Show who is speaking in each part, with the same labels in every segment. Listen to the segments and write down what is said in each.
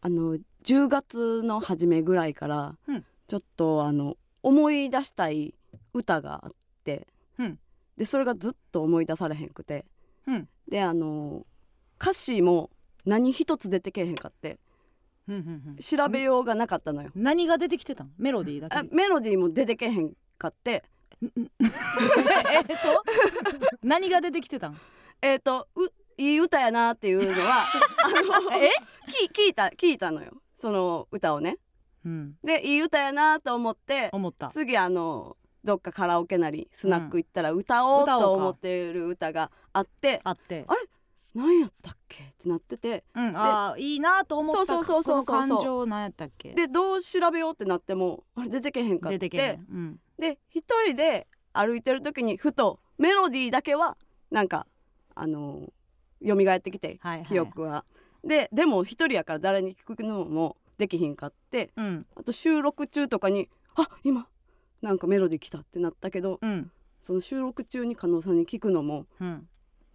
Speaker 1: あの10月の初めぐらいから、
Speaker 2: うん
Speaker 1: ちょっとあの思い出したい歌があって、
Speaker 2: うん
Speaker 1: でそれがずっと思い出されへんくて、
Speaker 2: うん
Speaker 1: であの歌詞も何一つ出てけえへんかって
Speaker 2: うんうんうん
Speaker 1: 調べようがなかったのよ。
Speaker 2: 何が出てきてたのメロディーだけ
Speaker 1: あメロディーも出てけえへんかって
Speaker 2: えっと何が出てきてたん
Speaker 1: えっ、とういい歌やなっていうの はあの
Speaker 2: え
Speaker 1: 聞聞いた聞いたのよその歌をね。
Speaker 2: うん
Speaker 1: でいい歌やなと思って
Speaker 2: 思った
Speaker 1: 次あのどっかカラオケなりスナック行ったら歌おう
Speaker 2: 歌おうか
Speaker 1: と思ってる歌があって、
Speaker 2: あって
Speaker 1: 何やったっけってなってて
Speaker 2: うんあーいいなと思った
Speaker 1: そうそうそうそうそう
Speaker 2: この感情なんやったっけ
Speaker 1: でどう調べようってなってもあれ出てけへんかって
Speaker 2: 出てけへんうん
Speaker 1: で一人で歩いてる時にふとメロディーだけはなんかあの蘇ってきて
Speaker 2: はいはい
Speaker 1: 記憶は。ででも一人やから誰に聞くのもできひんかって
Speaker 2: うん
Speaker 1: あと収録中とかに「あ今なんかメロディー来た」ってなったけど
Speaker 2: うん
Speaker 1: その収録中に加納さんに聞くのも
Speaker 2: うん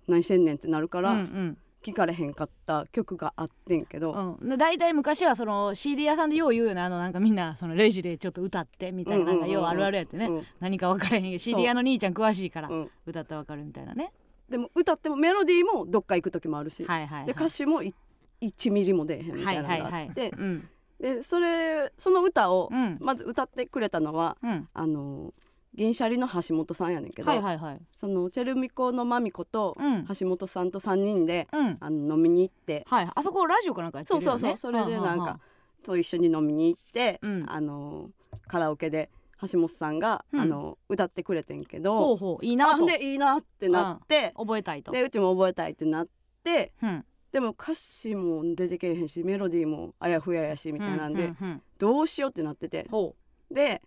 Speaker 1: 何してんねんってなるか
Speaker 2: う
Speaker 1: ら、
Speaker 2: ん
Speaker 1: 聞かれへんかった曲があってんけど、
Speaker 2: うんうんで大体昔はその CD 屋さんでよう言うよねあのなんかみんなそのレジでちょっと歌ってみたいななんかようあるあるやってね
Speaker 1: うん
Speaker 2: 何か分からへんけど CD 屋の兄ちゃん詳しいから
Speaker 1: うん
Speaker 2: 歌ったら分かるみたいなね
Speaker 1: でも歌ってもメロディーもどっか行く時もあるし、
Speaker 2: はいはいはい
Speaker 1: で歌詞もい1ミリも出えへんみた
Speaker 2: はいい
Speaker 1: なの
Speaker 2: は
Speaker 1: が
Speaker 2: い
Speaker 1: あって、
Speaker 2: はいうん
Speaker 1: でそれその歌を
Speaker 2: うん
Speaker 1: まず歌ってくれたのは、
Speaker 2: うん
Speaker 1: あの銀シャリの橋本さんやねんけど、
Speaker 2: はいはいはい
Speaker 1: そのチェルミコのまみこと
Speaker 2: うん
Speaker 1: 橋本さんと3人で、
Speaker 2: うん
Speaker 1: あの飲みに行って
Speaker 2: はいあそこラジオかなんかやって
Speaker 1: そう
Speaker 2: るよ
Speaker 1: そ
Speaker 2: ね
Speaker 1: うそうそれで
Speaker 2: はあは
Speaker 1: な
Speaker 2: あ
Speaker 1: ん
Speaker 2: はあ
Speaker 1: かと一緒に飲みに行って、
Speaker 2: うん
Speaker 1: あのカラオケで橋本さんが、
Speaker 2: うん
Speaker 1: あの歌ってくれてんけ
Speaker 2: ほ
Speaker 1: ど
Speaker 2: うほういい
Speaker 1: あ
Speaker 2: な
Speaker 1: ほん
Speaker 2: と
Speaker 1: でいいなってなって、
Speaker 2: 覚えたいと
Speaker 1: でうちも覚えたいってなって
Speaker 2: うん
Speaker 1: でも歌詞も出てけえへんしメロディーもあやふややしみたいなんで、
Speaker 2: うううん
Speaker 1: どうしようってなってて
Speaker 2: ほ
Speaker 1: で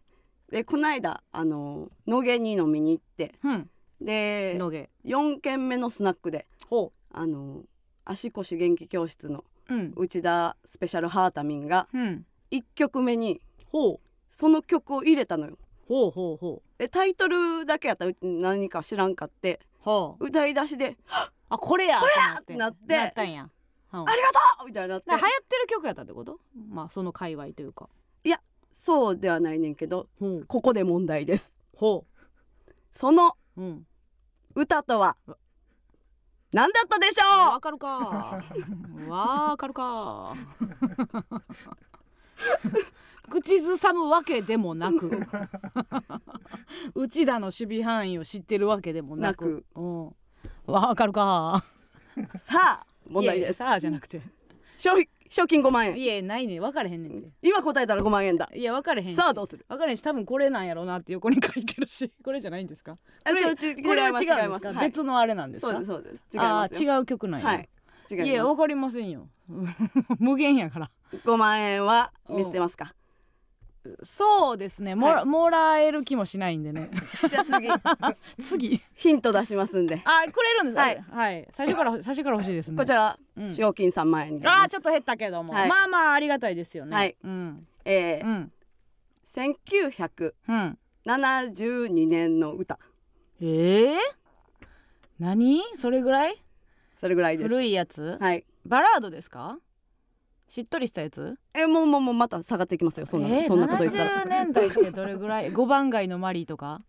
Speaker 1: でこないだあの野毛に飲みに行って
Speaker 2: ううん
Speaker 1: で
Speaker 2: のげ
Speaker 1: 4軒目のスナックで
Speaker 2: ほ
Speaker 1: あの足腰元気教室の
Speaker 2: ううん
Speaker 1: 内田スペシャルハータミンが
Speaker 2: うん
Speaker 1: 1曲目に
Speaker 2: ほう
Speaker 1: その曲を入れたのよ
Speaker 2: ほうほうほ
Speaker 1: でタイトルだけやったらう何か知らんかって
Speaker 2: うは
Speaker 1: 歌い出しで
Speaker 2: ああこれやこ
Speaker 1: れやってなって
Speaker 2: なったんやう
Speaker 1: 「
Speaker 2: ん
Speaker 1: ありがとう!」みたいになって
Speaker 2: だから流行ってる曲やったってことまあその界隈というか
Speaker 1: そうではないねんけど
Speaker 2: ほう
Speaker 1: ここで問題です
Speaker 2: ほ
Speaker 1: その
Speaker 2: ううん
Speaker 1: 歌とは何だったでしょう
Speaker 2: わかるかわか るか口ずさむわけでもなく内田の守備範囲を知ってるわけでもなくうんわかるか
Speaker 1: さあ問題です
Speaker 2: いやいやさあじゃなくて
Speaker 1: 賞品賞金5万円
Speaker 2: いやないね分かれへんねんて
Speaker 1: 今答えたら5万円だ
Speaker 2: いや分かれへんし
Speaker 1: さあどうする
Speaker 2: 分かれへんし多分これなんやろうなって横に書いてるしこれじゃないんですか
Speaker 1: あ
Speaker 2: これ
Speaker 1: それち
Speaker 2: これは違うんですか
Speaker 1: 違いますはい
Speaker 2: 別のあれなんです
Speaker 1: そう
Speaker 2: か
Speaker 1: ですそうです違い
Speaker 2: あ
Speaker 1: ます
Speaker 2: ー
Speaker 1: よ
Speaker 2: 違う曲なんや、
Speaker 1: はい違います
Speaker 2: いや分かりませんよ 無限やから
Speaker 1: 5万円は見捨てますか
Speaker 2: そうですねもら,、
Speaker 1: はい
Speaker 2: もらえる気もしないんで ね
Speaker 1: じゃあ次
Speaker 2: 次
Speaker 1: ヒント出しますんで
Speaker 2: あくれるんです
Speaker 1: は
Speaker 2: はいい、最初から最初から欲しいですね
Speaker 1: こちら
Speaker 2: うん
Speaker 1: 賞金3万円になり
Speaker 2: あ
Speaker 1: ま
Speaker 2: ー
Speaker 1: す
Speaker 2: ちょっと減ったけども、
Speaker 1: はい
Speaker 2: まあまあありがたいですよね
Speaker 1: はい
Speaker 2: うん
Speaker 1: え
Speaker 2: う
Speaker 1: ー
Speaker 2: んうん
Speaker 1: 1972年の歌
Speaker 2: えー、何それぐらい
Speaker 1: それぐらいです
Speaker 2: 古いやつ
Speaker 1: はい
Speaker 2: バラードですかしっとりしたやつ
Speaker 1: えもうもうもうまた下がっていきますよそんな
Speaker 2: えー、
Speaker 1: そんなこと言ったら
Speaker 2: 70年代ってどれぐらい五番街のマリーとか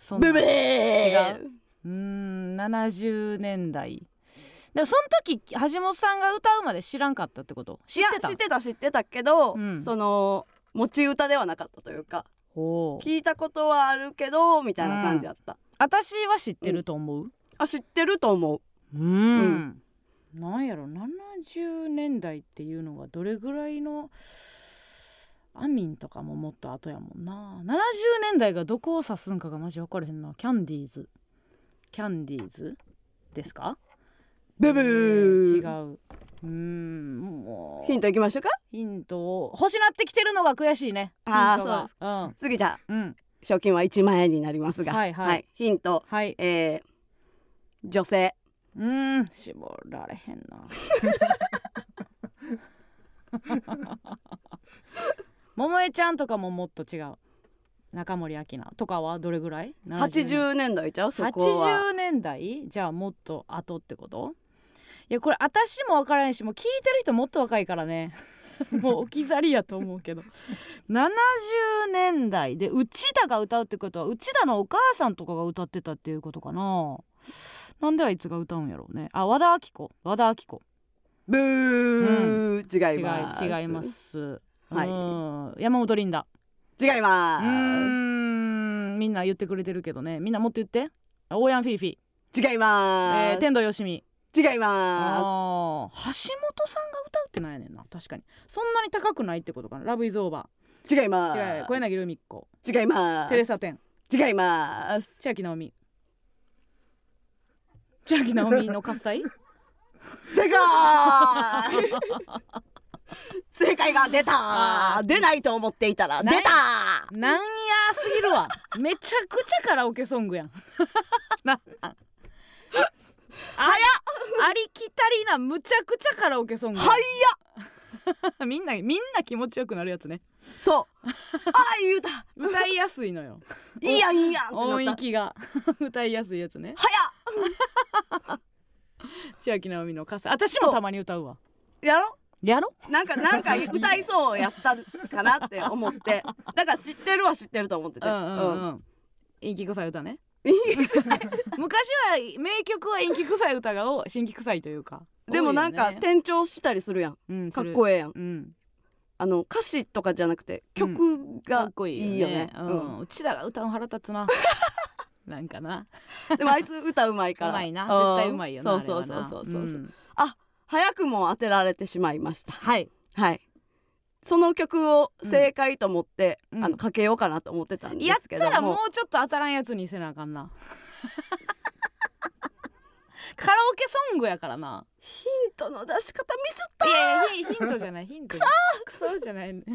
Speaker 2: そんな
Speaker 1: ブブー
Speaker 2: 違うーん70年代でもその時橋本さんが歌うまで知らんかったってこと知
Speaker 1: い
Speaker 2: っ
Speaker 1: や
Speaker 2: てた
Speaker 1: 知ってた知ってたけど
Speaker 2: うん
Speaker 1: その持ち歌ではなかったというか
Speaker 2: ほう
Speaker 1: 聞いたことはあるけどみたいな感じだった、
Speaker 2: 私は知ってると思う
Speaker 1: あ知ってると思う
Speaker 2: うんなんやろ70年代っていうのがどれぐらいのアミンとかももっと後やもんな70年代がどこを指すんかがマジ分かれへんなキャンディーズキャンディーズですか
Speaker 1: ブブ
Speaker 2: 違
Speaker 1: ー、
Speaker 2: ううーんもう
Speaker 1: ヒントいきましょうか
Speaker 2: ヒントを欲しなってきてるのが悔しいね。
Speaker 1: あー
Speaker 2: ヒントが
Speaker 1: 次じゃあ
Speaker 2: う。ん。うん。
Speaker 1: 賞金は1万円になりますが
Speaker 2: はいはい
Speaker 1: ヒント
Speaker 2: はい。
Speaker 1: えー、女性
Speaker 2: うーん。絞られへんな。桃江ちゃんとかももっと違う。中森明菜とかはどれぐらい
Speaker 1: 80年代ちゃうそこは
Speaker 2: 80年代じゃあもっ と後ってこといやこれ私も分からへんしもう聞いてる人もっと若いからねもう置き去りやと思うけど70年代で内田が歌うってことは内田のお母さんとかが歌ってたっていうことかななんであいつが歌うんやろうねあ和田アキ子和田アキ子
Speaker 1: ブー、違います
Speaker 2: 違い違います
Speaker 1: はい
Speaker 2: うん山本リンダ
Speaker 1: 違いうます
Speaker 2: ーんみんな言ってくれてるけどねみんなもっと言ってあオーヤンフィーフィー、
Speaker 1: 違いま
Speaker 2: えー
Speaker 1: す、
Speaker 2: 天童よしみ
Speaker 1: 違い
Speaker 2: あ
Speaker 1: ま
Speaker 2: ー橋本さんが歌うってなんやねんな確かにそんなに高くないってことかなラブイズオーバ
Speaker 1: す違いま
Speaker 2: ー違う小
Speaker 1: す
Speaker 2: 柳ルミ子
Speaker 1: 違いま
Speaker 2: テレサテン
Speaker 1: す違います
Speaker 2: 千秋直美千秋直美の喝采
Speaker 1: 正 解正解が出た出ないと思っていたら出
Speaker 2: ない
Speaker 1: た
Speaker 2: なんやすぎるわめちゃくちゃカラオケソングやん なんなん早っありきたりなむちゃくちゃカラオケソングやん
Speaker 1: はいや
Speaker 2: みんなみんな気持ちよくなるやつね
Speaker 1: そうああ言うた
Speaker 2: 歌いやすいのよ
Speaker 1: いいやんいいやんって
Speaker 2: 音
Speaker 1: なった
Speaker 2: 域が 歌いやすいやつね
Speaker 1: 早っ
Speaker 2: 千秋直美の歌詞私もたまに歌うわ
Speaker 1: やろ
Speaker 2: やろ
Speaker 1: なんかなんか歌いそうやったかなって思ってだから知ってるは知ってると思ってて
Speaker 2: うんうん
Speaker 1: うん
Speaker 2: うん陰気臭い歌ね昔は名曲は陰気臭い歌が多い新規臭いというか
Speaker 1: でもなんか
Speaker 2: 多いよね
Speaker 1: 転調したりするやん
Speaker 2: うん
Speaker 1: かっ
Speaker 2: い
Speaker 1: こええやん
Speaker 2: い、うん、
Speaker 1: あの歌詞とかじゃなくて曲
Speaker 2: か
Speaker 1: が
Speaker 2: っこい
Speaker 1: い
Speaker 2: い
Speaker 1: い
Speaker 2: よ
Speaker 1: よ
Speaker 2: ね
Speaker 1: ね
Speaker 2: う
Speaker 1: うん
Speaker 2: ん、うちだが歌うの腹立 つななんかな
Speaker 1: でもあいつ歌うまいから
Speaker 2: うまいな
Speaker 1: うん
Speaker 2: 絶対うまいよな
Speaker 1: そうそう
Speaker 2: あれ
Speaker 1: そ
Speaker 2: は
Speaker 1: う
Speaker 2: な
Speaker 1: そうそうそう
Speaker 2: うん
Speaker 1: あ早くも当てられてしまいました
Speaker 2: はい
Speaker 1: はいその曲を正解と思って
Speaker 2: うん
Speaker 1: あのかけようかなと思ってたんで
Speaker 2: やっ
Speaker 1: すけど
Speaker 2: たらも
Speaker 1: も
Speaker 2: うちょっと当たらんやつにせなあか んなカラオケソングやからな
Speaker 1: ヒントの出し方ミスった
Speaker 2: いやいやヒントじゃないヒントじゃないクソじゃないね
Speaker 1: じ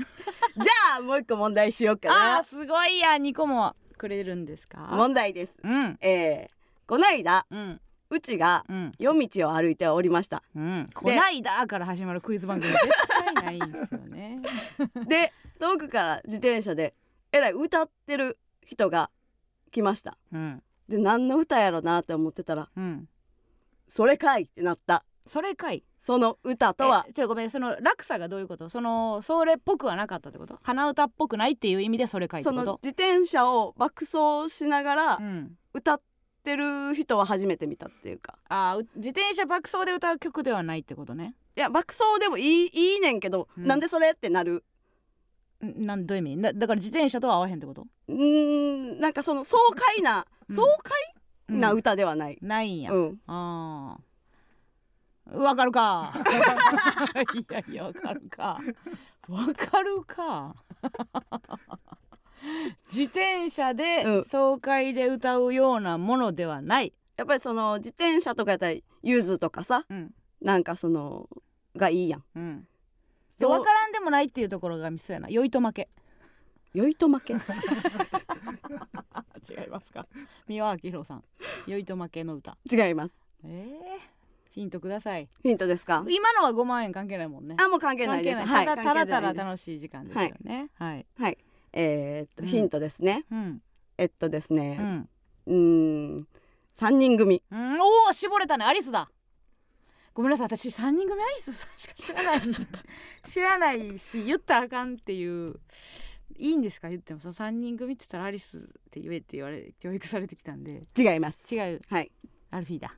Speaker 1: ゃあもう一個問題しようか
Speaker 2: あ
Speaker 1: な
Speaker 2: ーすごいや2個もくれるんですか
Speaker 1: 問題です
Speaker 2: うん
Speaker 1: えー、こないだ
Speaker 2: うん
Speaker 1: うちが
Speaker 2: うん
Speaker 1: 夜道を歩いておりました
Speaker 2: うん、こないだから始まるクイズ番 組絶対ないんですよね。
Speaker 1: で遠くから自転車でえらい歌ってる人が来ました
Speaker 2: うん、
Speaker 1: で何の歌やろなって思ってたら
Speaker 2: うん、
Speaker 1: 「それかい!」ってなった
Speaker 2: それかい。
Speaker 1: その歌とは
Speaker 2: えちょごめんその落差がどういうことそのそれっぽくはなかったってこと鼻歌っぽくないっていう意味でそれかいって
Speaker 1: そ
Speaker 2: こ
Speaker 1: の
Speaker 2: と
Speaker 1: 自転車を爆走しながら
Speaker 2: うん、
Speaker 1: 歌ってる人は初めて見たっていうか
Speaker 2: あーう自転車爆走で歌う曲ではないってことね
Speaker 1: いや爆走でもいいいいねんけど、
Speaker 2: うん
Speaker 1: なんでそれってなる
Speaker 2: んなんどういう意味だだから自転車とは合わへんってこと、
Speaker 1: うーんなんかその爽快な、
Speaker 2: うん
Speaker 1: 爽快
Speaker 2: うん
Speaker 1: な歌ではない、
Speaker 2: ないんや、
Speaker 1: うん、
Speaker 2: あーわかるかいやいやわかるかわかるか自転車
Speaker 1: う
Speaker 2: で
Speaker 1: ん
Speaker 2: 爽快で歌うようなものではない、
Speaker 1: やっぱりその自転車とかやったらゆずとかさ
Speaker 2: うん
Speaker 1: なんかそのがいいやん
Speaker 2: うん、で
Speaker 1: そう
Speaker 2: 分からんでもないっていうところがミスやな酔いと負け
Speaker 1: 酔いと負け
Speaker 2: 違いますか三輪明宏さん酔いと負けの歌
Speaker 1: 違います
Speaker 2: えー、ヒントください
Speaker 1: ヒントですか
Speaker 2: 今のは5万円関係ないもんね
Speaker 1: あもう関係ない
Speaker 2: 関係
Speaker 1: です
Speaker 2: ない
Speaker 1: はい
Speaker 2: ただ
Speaker 1: 関係
Speaker 2: ただ
Speaker 1: ない
Speaker 2: ただ
Speaker 1: です
Speaker 2: 楽しい時間ですよねはい、
Speaker 1: えーっと、
Speaker 2: うん
Speaker 1: ヒントですね
Speaker 2: うん
Speaker 1: えっとです
Speaker 2: う
Speaker 1: ね
Speaker 2: ん
Speaker 1: うーん三人組
Speaker 2: うん、おお絞れたねアリスだごめんなさい私3人組アリスさんしか知らない知らないし言ったらあかんっていういいんですか言ってもその3人組って言ったらアリスって言えって言われ教育されてきたんで
Speaker 1: 違います
Speaker 2: 違う
Speaker 1: はい
Speaker 2: アルフィーだ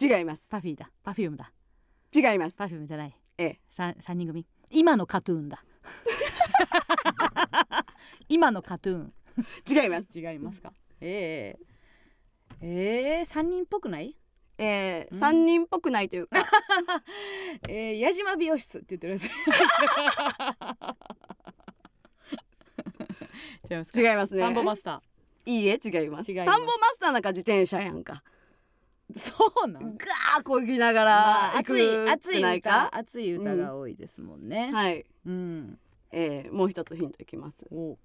Speaker 1: 違います
Speaker 2: パフィーだパフュームだ
Speaker 1: 違います
Speaker 2: パフュームじゃない
Speaker 1: ええ
Speaker 2: 3, 三人組今のカトゥーンだ今のカトゥーン
Speaker 1: 違います
Speaker 2: 違いますかええええ3人っぽくない
Speaker 1: えー
Speaker 2: うん
Speaker 1: 三人っぽくないという か
Speaker 2: えー、矢島美容室って言ってるやつ。 違いますか。
Speaker 1: 違いますね
Speaker 2: サンボマスタ
Speaker 1: いいえ違います
Speaker 2: 違い
Speaker 1: サン
Speaker 2: ま
Speaker 1: ボ
Speaker 2: す
Speaker 1: マスターなんか自転車やんか
Speaker 2: ー。そうな
Speaker 1: ガ
Speaker 2: ん。
Speaker 1: ーこぎなが
Speaker 2: ま
Speaker 1: ら
Speaker 2: あ
Speaker 1: 行く
Speaker 2: 熱い熱
Speaker 1: って
Speaker 2: い
Speaker 1: ないか
Speaker 2: 歌熱い歌が多いですもんね。
Speaker 1: はい
Speaker 2: うん。
Speaker 1: えーもう一つヒントいきます
Speaker 2: おう。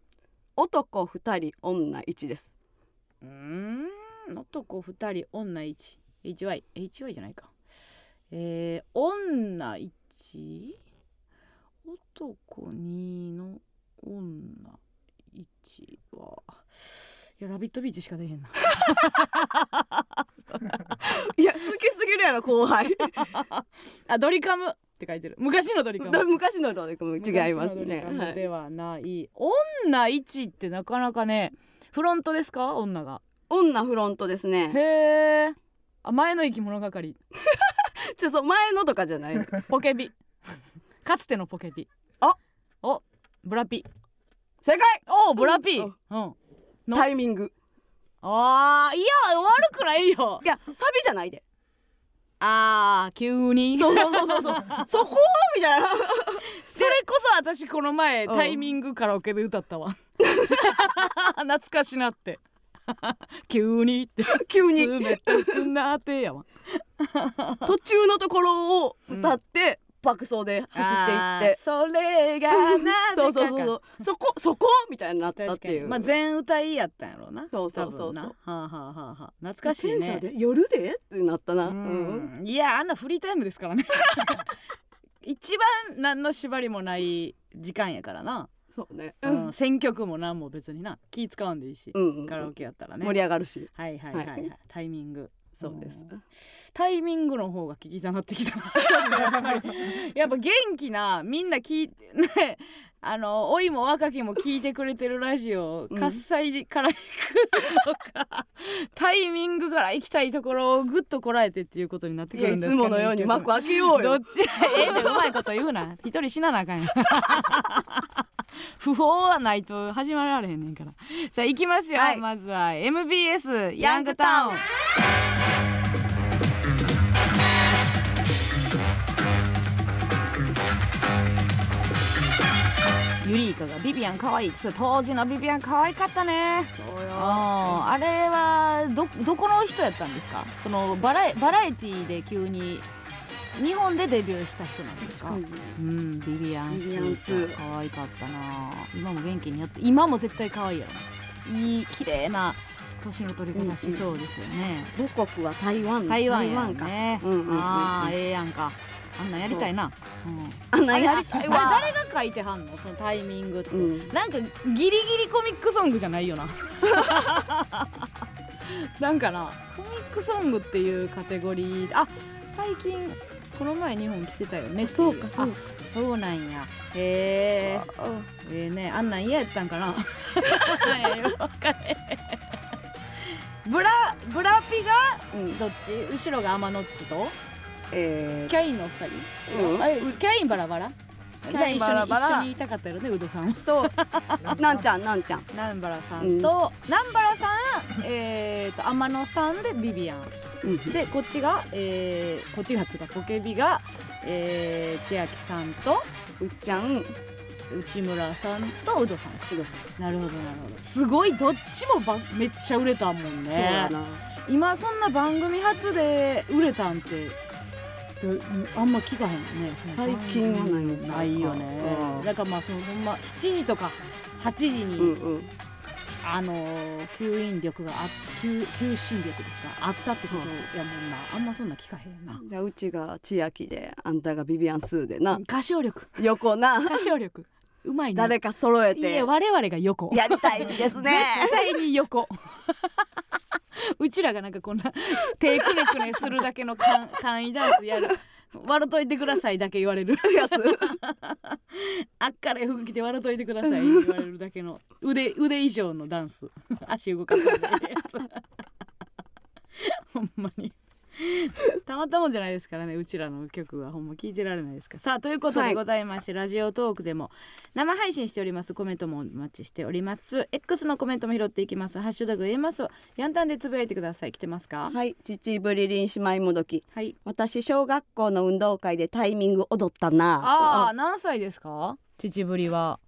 Speaker 1: 男二人女一 です
Speaker 2: うーん。男二人女一。H Y H Y じゃないか。えー、女一。男二の女一は。いやラビットビーチしか出へんな。
Speaker 1: いや好きすぎるやろ後輩
Speaker 2: あドリカムって書いてる昔のドリカ ム
Speaker 1: 昔のロリカム違います
Speaker 2: 昔のドリ
Speaker 1: ね
Speaker 2: カム
Speaker 1: はい
Speaker 2: ではない、女一ってなかなかねフロントですか女が
Speaker 1: 女フロントですね
Speaker 2: へえあ前の生き物係
Speaker 1: ちょっと前のとかじゃない
Speaker 2: ポケビかつてのポケビ
Speaker 1: あ
Speaker 2: おブラピ
Speaker 1: 正解
Speaker 2: おブラピ
Speaker 1: う
Speaker 2: うんんの
Speaker 1: タイミング
Speaker 2: あーいや悪くないよ
Speaker 1: いやサビじゃないで
Speaker 2: あー急に
Speaker 1: そうそうそうそうそうそこみたいな
Speaker 2: それこそ私この前
Speaker 1: うん
Speaker 2: タイミングカラオケで歌ったわ 懐かしなって 急にって
Speaker 1: 急に
Speaker 2: 冷たくなってやわ
Speaker 1: 途中のところを歌って、爆走で走っていって
Speaker 2: それが なぜ
Speaker 1: そ
Speaker 2: か
Speaker 1: うそうそうそうそこそこみたいになったっ
Speaker 2: 確
Speaker 1: て
Speaker 2: かに
Speaker 1: いう
Speaker 2: まあ全歌いいやったんやろうな
Speaker 1: そうそうそうそう
Speaker 2: 多分なはあ、はあはあはあ、懐かしい
Speaker 1: 自
Speaker 2: ね
Speaker 1: 転車で夜でってなったな、
Speaker 2: う
Speaker 1: うん
Speaker 2: ん、いやあんなフリータイムですからね 一番何の縛りもない時間やからな、
Speaker 1: そうね
Speaker 2: う
Speaker 1: うんん、
Speaker 2: 選曲も何も別にな気使うんでいいし、
Speaker 1: うんうん
Speaker 2: カラオケやったらね
Speaker 1: 盛り上がるし
Speaker 2: はいはいはい、は
Speaker 1: はい
Speaker 2: い、タイミング
Speaker 1: そうです
Speaker 2: んタイミングの方が聞きたなってきたな ちょっとやっぱりやっぱ元気なみんな聞いてねあの老いも若きも聞いてくれてるラジオ
Speaker 1: うん
Speaker 2: 喝采から行くの か、タイミングから行きたいところをぐっとこらえてっていうことになって
Speaker 1: い
Speaker 2: くる
Speaker 1: や
Speaker 2: ん
Speaker 1: い
Speaker 2: で
Speaker 1: つ
Speaker 2: すか
Speaker 1: も
Speaker 2: ね
Speaker 1: のように
Speaker 2: 結局
Speaker 1: 幕開けよう
Speaker 2: ど
Speaker 1: よ
Speaker 2: っちええでうまいこと言うな一人死ななあかん やん不法はないと始まられへんねんからさあ行きますよ、
Speaker 1: はい
Speaker 2: まずは MBS ヤングタウンユリイカがビビアン可愛いってそう当時のビビアン可愛かったね
Speaker 1: そうよ
Speaker 2: ああれはどどこの人やったんですかそのバラエバラエティーで急に日本でデビューした人なんですか、うん、ビビアンス
Speaker 1: ビビアンス
Speaker 2: 可愛かったな今も元気にやって今も絶対可愛いやろないい綺麗な年の取り方しそうですよね、
Speaker 1: 母国は台湾
Speaker 2: 台湾や
Speaker 1: 台か
Speaker 2: ね、
Speaker 1: うんうんうんうん
Speaker 2: ああええやんかあんなんやりたいなう、ん、
Speaker 1: あんなんやりたいわ
Speaker 2: あれ誰が書いてはんのそのタイミングって、
Speaker 1: うん
Speaker 2: なんかギリギリコミックソングじゃないよな なんかなコミックソングっていうカテゴリーあ最近この前日本来てたよね
Speaker 1: そうかそうか
Speaker 2: あそうなんやへえええねあんなん嫌やったんかな はい分かれへんブラブラピが
Speaker 1: うん
Speaker 2: どっち後ろが天野っちと
Speaker 1: え
Speaker 2: キャインのお二人違う、
Speaker 1: うん
Speaker 2: あれキャインバラバラ
Speaker 1: キャインバラバラ
Speaker 2: 一緒に一緒にいたかったよねウドさんは
Speaker 1: ーと なんちゃんなんちゃん
Speaker 2: 南原さんと、
Speaker 1: うん
Speaker 2: 南原さん、えー、と天野さんでビビアン
Speaker 1: うん
Speaker 2: でこっちが、えー、こっちが違うポケビが、えー、千秋さんと
Speaker 1: うっちゃん
Speaker 2: 内村さんとウドさんかなるほどなるほどすごいどっちもばめっちゃ売れたもん
Speaker 1: そう
Speaker 2: ね
Speaker 1: だな
Speaker 2: 今そんな番組初で売れたんてどあんま聞かへんねその
Speaker 1: 最近はないんちゃうか
Speaker 2: ないよね
Speaker 1: うん
Speaker 2: だからまあそのほんま7時とか8時に、
Speaker 1: うんうん
Speaker 2: あのー吸引力があ吸吸進力ですかあったってことやもんなあんまそんな聞かへんな
Speaker 1: じゃあうちが千秋であんたがビビアンスーでな
Speaker 2: 歌 唱力
Speaker 1: 横な
Speaker 2: 歌唱力うまいね
Speaker 1: 誰か揃え
Speaker 2: いえ
Speaker 1: て
Speaker 2: 我々が横
Speaker 1: やりたいですね
Speaker 2: 絶対に横 うちらがなんかこんな手くねくねするだけの簡 簡易ダンスやる笑といてくださいだけ言われる
Speaker 1: やつ
Speaker 2: あっからい服着て笑といてください言われるだけの腕腕以上のダンス 足動かさないやつ ほんまにたまったもんじゃないですからねうちらの曲はほんま聞いてられないですからさあということ
Speaker 1: は
Speaker 2: で
Speaker 1: い
Speaker 2: ございまして、ラジオトークでも生配信しておりますコメントもお待ちしております X のコメントも拾っていきますハッシュタグ言えますやんたんでつぶやいてください来てますか
Speaker 1: はい秩父リリン姉妹もどき
Speaker 2: はい
Speaker 1: 私小学校の運動会でタイミング踊ったな
Speaker 2: ああ何歳ですか秩父りは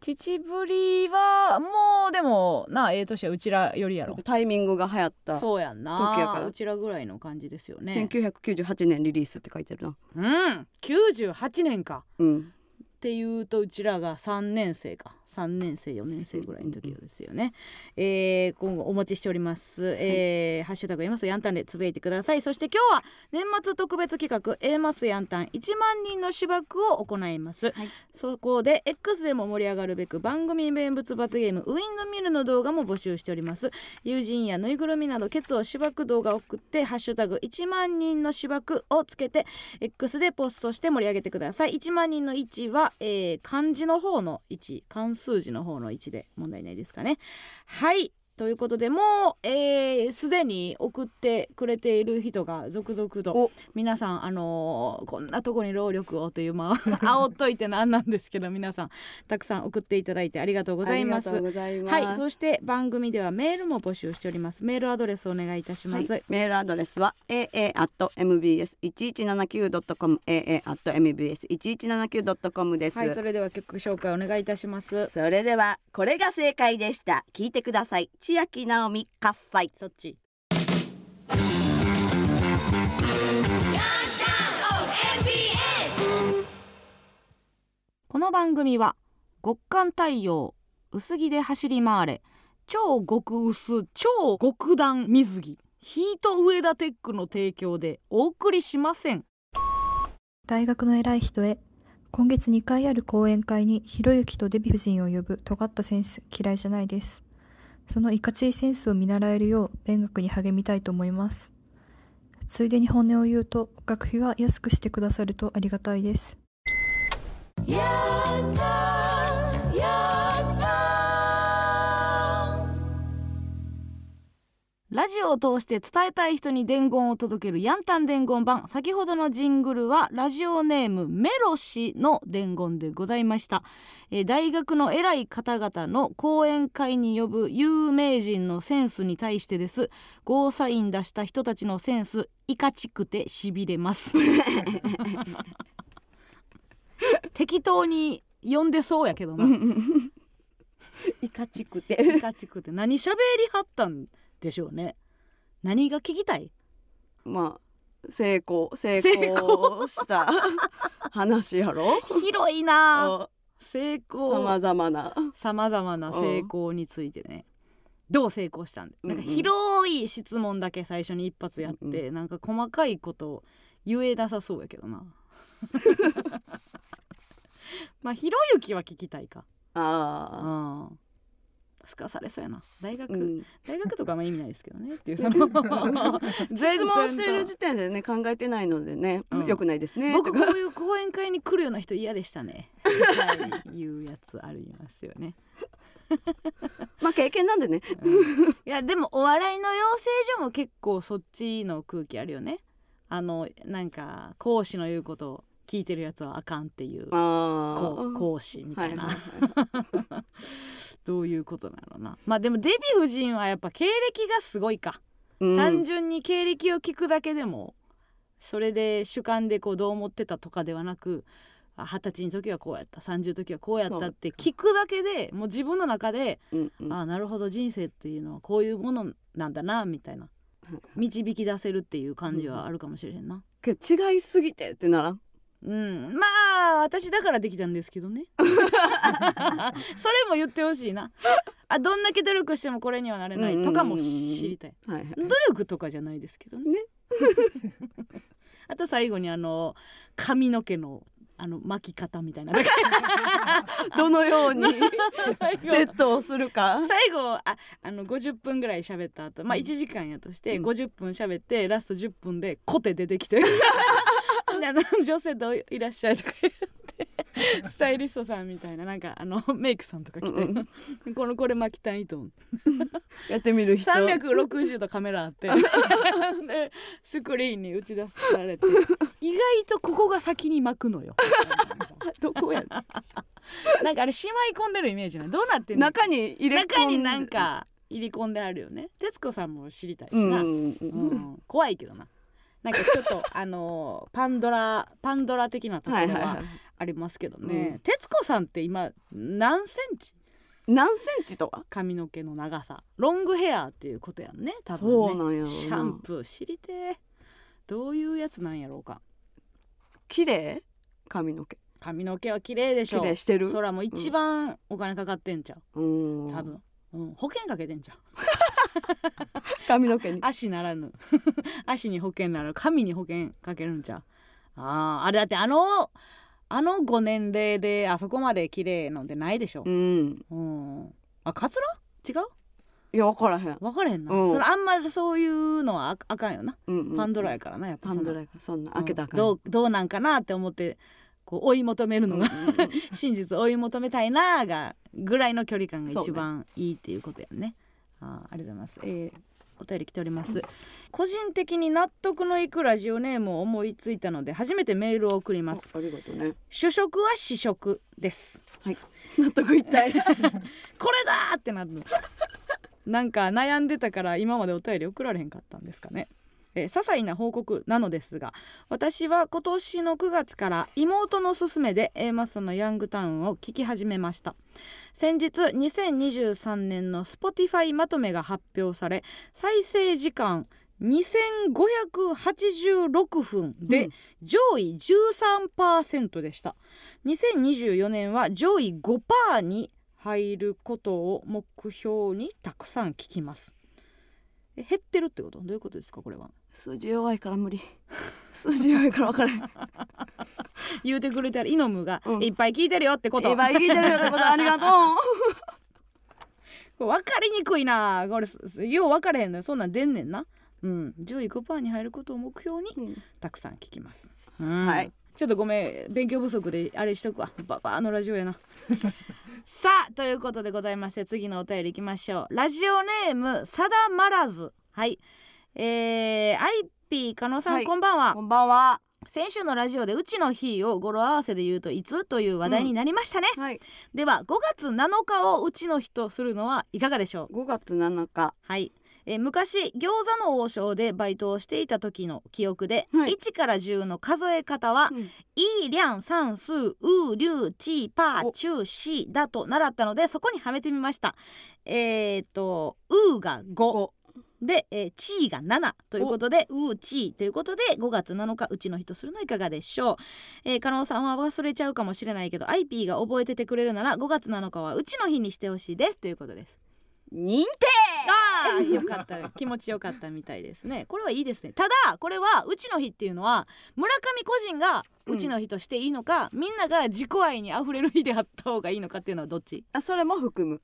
Speaker 2: 秩父りはもうでもなええ年はうちらよりやろ
Speaker 1: タイミングが流行った
Speaker 2: そうやんな
Speaker 1: 時やから
Speaker 2: うちらぐらいの感じですよね
Speaker 1: 1998年リリースって書いてるな
Speaker 2: うん98年か
Speaker 1: うん
Speaker 2: っていうとうちらが3年生か3年生4年生ぐらいの時ですよね、えー今後お待ちしております、えーハッシュタグエマスヤンタンでつぶやいてくださいそして今日は年末特別企画エマスヤンタン1万人の芝生を行います、
Speaker 1: はい
Speaker 2: そこで X でも盛り上がるべく番組名物罰ゲームウィンドミルの動画も募集しております友人やぬいぐるみなどケツを芝生動画を送って「ハッシュタグ #1 万人の芝生」をつけて X でポストして盛り上げてください1万人の1は、えー漢字の方の1漢数字の方の1で問題ないですかねはいということでもうえーすで、に送ってくれている人が続々と
Speaker 1: お
Speaker 2: 皆さんあのーこんなとこに労力をというまあ 煽っといてなんなんですけど皆さんたくさん送っていただいてありがとうございます
Speaker 1: ありがとうございます。
Speaker 2: はい、そして番組ではメールも募集しております。メールアドレスお願いいたします。
Speaker 1: はい、メールアドレスは aa mbs 一一七九ドットコム aa mbs 一一七九ドットコムです。
Speaker 2: はい、それでは曲紹介お願いいたします。
Speaker 1: それではこれが正解でした。聞いてください。千秋直美喝采。
Speaker 2: そっち。この番組は極寒太陽薄着で走り回れ超極薄超極暖水着ヒート上田テックの提供でお送りしません
Speaker 3: 大学の偉い人へ今月2回ある講演会にひろゆきとデヴィ夫人を呼ぶ尖ったセンス嫌いじゃないですそのいかちいセンスを見習えるよう勉学に励みたいと思いますついでに本音を言うと学費は安くしてくださるとありがたいです
Speaker 2: ラジオを通して伝えたい人に伝言を届けるヤンタン伝言版先ほどのジングルはラジオネームメロ氏の伝言でございました、えー大学の偉い方々の講演会に呼ぶ有名人のセンスに対してですゴーサイン出した人たちのセンスいかちくてしびれます適当に呼んでそうやけどな、
Speaker 1: いかちくて。
Speaker 2: ピカチクって何喋りはったんでしょうね何が聞きた い
Speaker 1: まあ成功成功した話やろ。
Speaker 2: 広いなあ
Speaker 1: さ
Speaker 2: 成
Speaker 1: ま
Speaker 2: 功
Speaker 1: ざまな。
Speaker 2: さまざまな成功についてねどう成功したんで
Speaker 1: うんう
Speaker 2: なん
Speaker 1: ん
Speaker 2: か広い質問だけ最初に一発やって、
Speaker 1: うん
Speaker 2: なんか細かいことを言えなさそうやけど なまあひろゆきは聞きたいかう
Speaker 1: ああ。
Speaker 2: んすかされそうやな大学、
Speaker 1: うん、
Speaker 2: 大学とかあんま意味ないですけどね っていうその
Speaker 1: 質
Speaker 2: 質
Speaker 1: 問してる時点でね考えてないのでね、
Speaker 2: うん
Speaker 1: よくないですね
Speaker 2: 僕
Speaker 1: と
Speaker 2: こ
Speaker 1: か
Speaker 2: ういう講演会に来るような人嫌でした ねはいいうやつありますよね、
Speaker 1: まあ経験なんでね
Speaker 2: うんいやでもお笑いの養成所も結構そっちの空気あるよねあのなんか講師の言うことを聞いてるやつはあかんっていう
Speaker 1: ああ
Speaker 2: こう講師みたいな、
Speaker 1: はい
Speaker 2: どういうことなのなまあでもデヴィ夫人はやっぱ経歴がすごいか、
Speaker 1: うん
Speaker 2: 単純に経歴を聞くだけでもそれで主観でこうどう思ってたとかではなくあ二十歳の時はこうやった30の時はこうやったって聞くだけでもう自分の中で、
Speaker 1: うんうん
Speaker 2: ああなるほど人生っていうのはこういうものなんだなみたいな導き出せるっていう感じはあるかもしれへんな。
Speaker 1: けど違いすぎてってならん
Speaker 2: うん、まあ私だからできたんですけ どねそれも言ってほしいなあどんだけ努力してもこれにはなれないとかも知りたい
Speaker 1: はいはい
Speaker 2: 努力とかじゃないですけどね
Speaker 1: ね
Speaker 2: あと最後にあの髪の毛のあの巻き方みたいなだか
Speaker 1: どのよう に
Speaker 2: ら 最後
Speaker 1: セットをするか
Speaker 2: 最後ああの50分ぐらい喋った後まあ1時間やとして
Speaker 1: うん
Speaker 2: 50分喋って、ラスト10分でコテ出て きてみんなあの女性どういらっしゃいとか言ってスタイリストさんみたいななんかあのメイクさんとか来て、
Speaker 1: うん
Speaker 2: このこれ巻きたいと思う
Speaker 1: やってみる人
Speaker 2: 360度カメラあってでスクリーンに打ち出されて意外とここが先に巻くのよ
Speaker 1: どこや
Speaker 2: なんかあれしまい込んでるイメージないどうなってんの
Speaker 1: 中に入れ込ん
Speaker 2: 中になんか入り込んであるよね徹子さんも知りたいし
Speaker 1: うん
Speaker 2: な、
Speaker 1: うん
Speaker 2: う
Speaker 1: うん
Speaker 2: ん怖いけどななんかちょっとあのーパンドラパンドラ的なとこ
Speaker 1: はい
Speaker 2: ろ
Speaker 1: はいは
Speaker 2: はいありますけどね、
Speaker 1: うん
Speaker 2: 徹子さんって今何センチ
Speaker 1: 何センチとは
Speaker 2: 髪の毛の長さロングヘアっていうことやんね多分ね
Speaker 1: そうなんやろうな
Speaker 2: シャンプー知りてえどういうやつなんやろうか
Speaker 1: 綺麗髪の毛
Speaker 2: 髪の毛は綺麗でし
Speaker 1: 綺
Speaker 2: ょ
Speaker 1: 麗してる
Speaker 2: 空も一番お金かかってんじゃん
Speaker 1: うん
Speaker 2: 多分、うん、保険かけてんじゃん
Speaker 1: 髪の毛に
Speaker 2: 足ならぬ 足に保険ならぬ髪に保険かけるんじゃんあーあれだってあのあのご年齢であそこまで綺麗なんてないでしょ
Speaker 1: う、ん
Speaker 2: うん、あカツラ違う
Speaker 1: いや分からへん、
Speaker 2: 分かれへんな、
Speaker 1: うん
Speaker 2: それあんまりそういうのはああかんよな
Speaker 1: うんうん
Speaker 2: パンドラやからなやっぱ
Speaker 1: パ
Speaker 2: そん
Speaker 1: ン
Speaker 2: な
Speaker 1: ドラやからそんな開けたらあかん
Speaker 2: どうどうなんかなって思ってこう追い求める のが、
Speaker 1: うんうんう
Speaker 2: 真実を追い求めたいなーがぐらいの距離感が
Speaker 1: そう
Speaker 2: 一
Speaker 1: ね
Speaker 2: 番いいっていうことやねあーありがとうございます、えーお便り来ております個人的に納得のいくラジオネームを思いついたので初めてメールを送りま
Speaker 1: ん
Speaker 2: す
Speaker 1: あありがとうね
Speaker 2: 主食は試食です
Speaker 1: はい納得いったい
Speaker 2: これだーってな るなんか悩んでたから今までお便り送られへんかったんですかねえー些細な報告なのですが私は今年の9月から妹の勧めで A マッソのヤングタウンを聞き始めました先日2023年の Spotify まとめが発表され再生時間2586分で、
Speaker 1: うん
Speaker 2: 上位13%でした2024年は上位5%に入ることを目標にたくさん聞きますえ減ってるってことどういうことですかこれは
Speaker 1: 数字弱いから無理数字弱いから分からへ ん
Speaker 2: 言うてくれたらイノムが、
Speaker 1: うん
Speaker 2: いっぱい聞いてるよってこと
Speaker 1: いっぱい聞いてるってことあり がとう
Speaker 2: 分かりにくいなこれすすよう分かれへんのよそんなん出んねんなうん上位5%に入ることを目標に
Speaker 1: うん
Speaker 2: たくさん聞きます、うん
Speaker 1: はい
Speaker 2: ちょっとごめん勉強不足であれしとくわババアのラジオ やなさあということでございまして次のお便りいきましょうラジオネームさだまらずはいえー、アイピー加納さん、
Speaker 1: はい
Speaker 2: こんばんは
Speaker 1: こんばんは
Speaker 2: 先週のラジオでうちの日を語呂合わせで言うといつという話題になりましたね、
Speaker 1: はい
Speaker 2: では5月7日をうちの日とするのはいかがでしょう
Speaker 1: 5月7日
Speaker 2: はい、えー昔餃子の王将でバイトをしていた時の記憶で、
Speaker 1: はい
Speaker 2: 1から10の数え方は
Speaker 1: うん
Speaker 2: 「イーリャン算数ウーリューチーパー
Speaker 1: お
Speaker 2: チューシー」だと習ったのでそこにはめてみました。えー、っと「ウー」が5。
Speaker 1: 5
Speaker 2: で、えー、チーが7ということで、ウーチーということで、5月7日、うちの日とするのはいかがでしょう。えー、加納さんは忘れちゃうかもしれないけど、IP が覚えててくれるなら、5月7日はうちの日にしてほしいですということです。
Speaker 1: 認定
Speaker 2: あ ーよかった気持ちよかったみたいですねこれはいいですねただこれはうちの日っていうのは村上個人がうちの日としていいのか、みんなが自己愛にあふれる日であった方がいいのかっていうのはどっち
Speaker 1: あそれも含む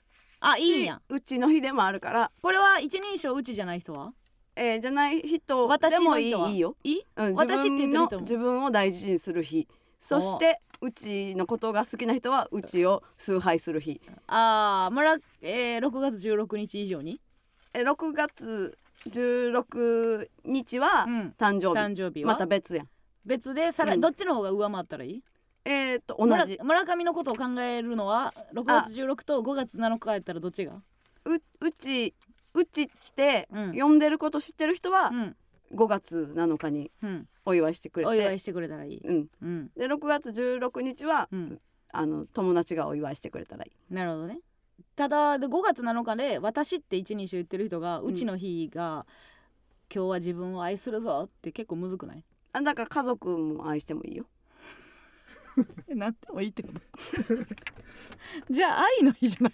Speaker 2: あい
Speaker 1: し
Speaker 2: いんや
Speaker 1: うちの日でもあるから
Speaker 2: これは一人称うちじゃない人は
Speaker 1: えー、じゃない人で
Speaker 2: 私
Speaker 1: も
Speaker 2: の
Speaker 1: いい
Speaker 2: 人はい
Speaker 1: いよ、
Speaker 2: いい
Speaker 1: うん、
Speaker 2: 私って言ってる人
Speaker 1: 自分
Speaker 2: も
Speaker 1: の自分を大事にする日そしてうちのことが好きな人はうちを崇拝する日
Speaker 2: あー村、えー、6月16日以上に、
Speaker 1: え6月16日は
Speaker 2: うん、
Speaker 1: 誕生日,、
Speaker 2: 誕生日は、
Speaker 1: また別やん
Speaker 2: 別でさら、
Speaker 1: うん
Speaker 2: どっちの方が上回ったらいい
Speaker 1: えー、と同じ
Speaker 2: 村村上のことを考えるのは6月16と5月7日やったらどっちが
Speaker 1: ううちうちって
Speaker 2: うん
Speaker 1: 呼んでること知ってる人は
Speaker 2: うん
Speaker 1: 5月7日に
Speaker 2: うん
Speaker 1: お祝いしてくれて
Speaker 2: お祝いしてくれたらいい
Speaker 1: うん、
Speaker 2: うん
Speaker 1: で6月16日は、
Speaker 2: うん
Speaker 1: あの友達がお祝いしてくれたらいい
Speaker 2: なるほどねただで5月7日で「私」って一人称言ってる人が、うんちの日が「今日は自分を愛するぞ」って結構むずくない
Speaker 1: あだから家族も愛してもい いよ
Speaker 2: なんでもいいってこと じゃあ愛の日じゃない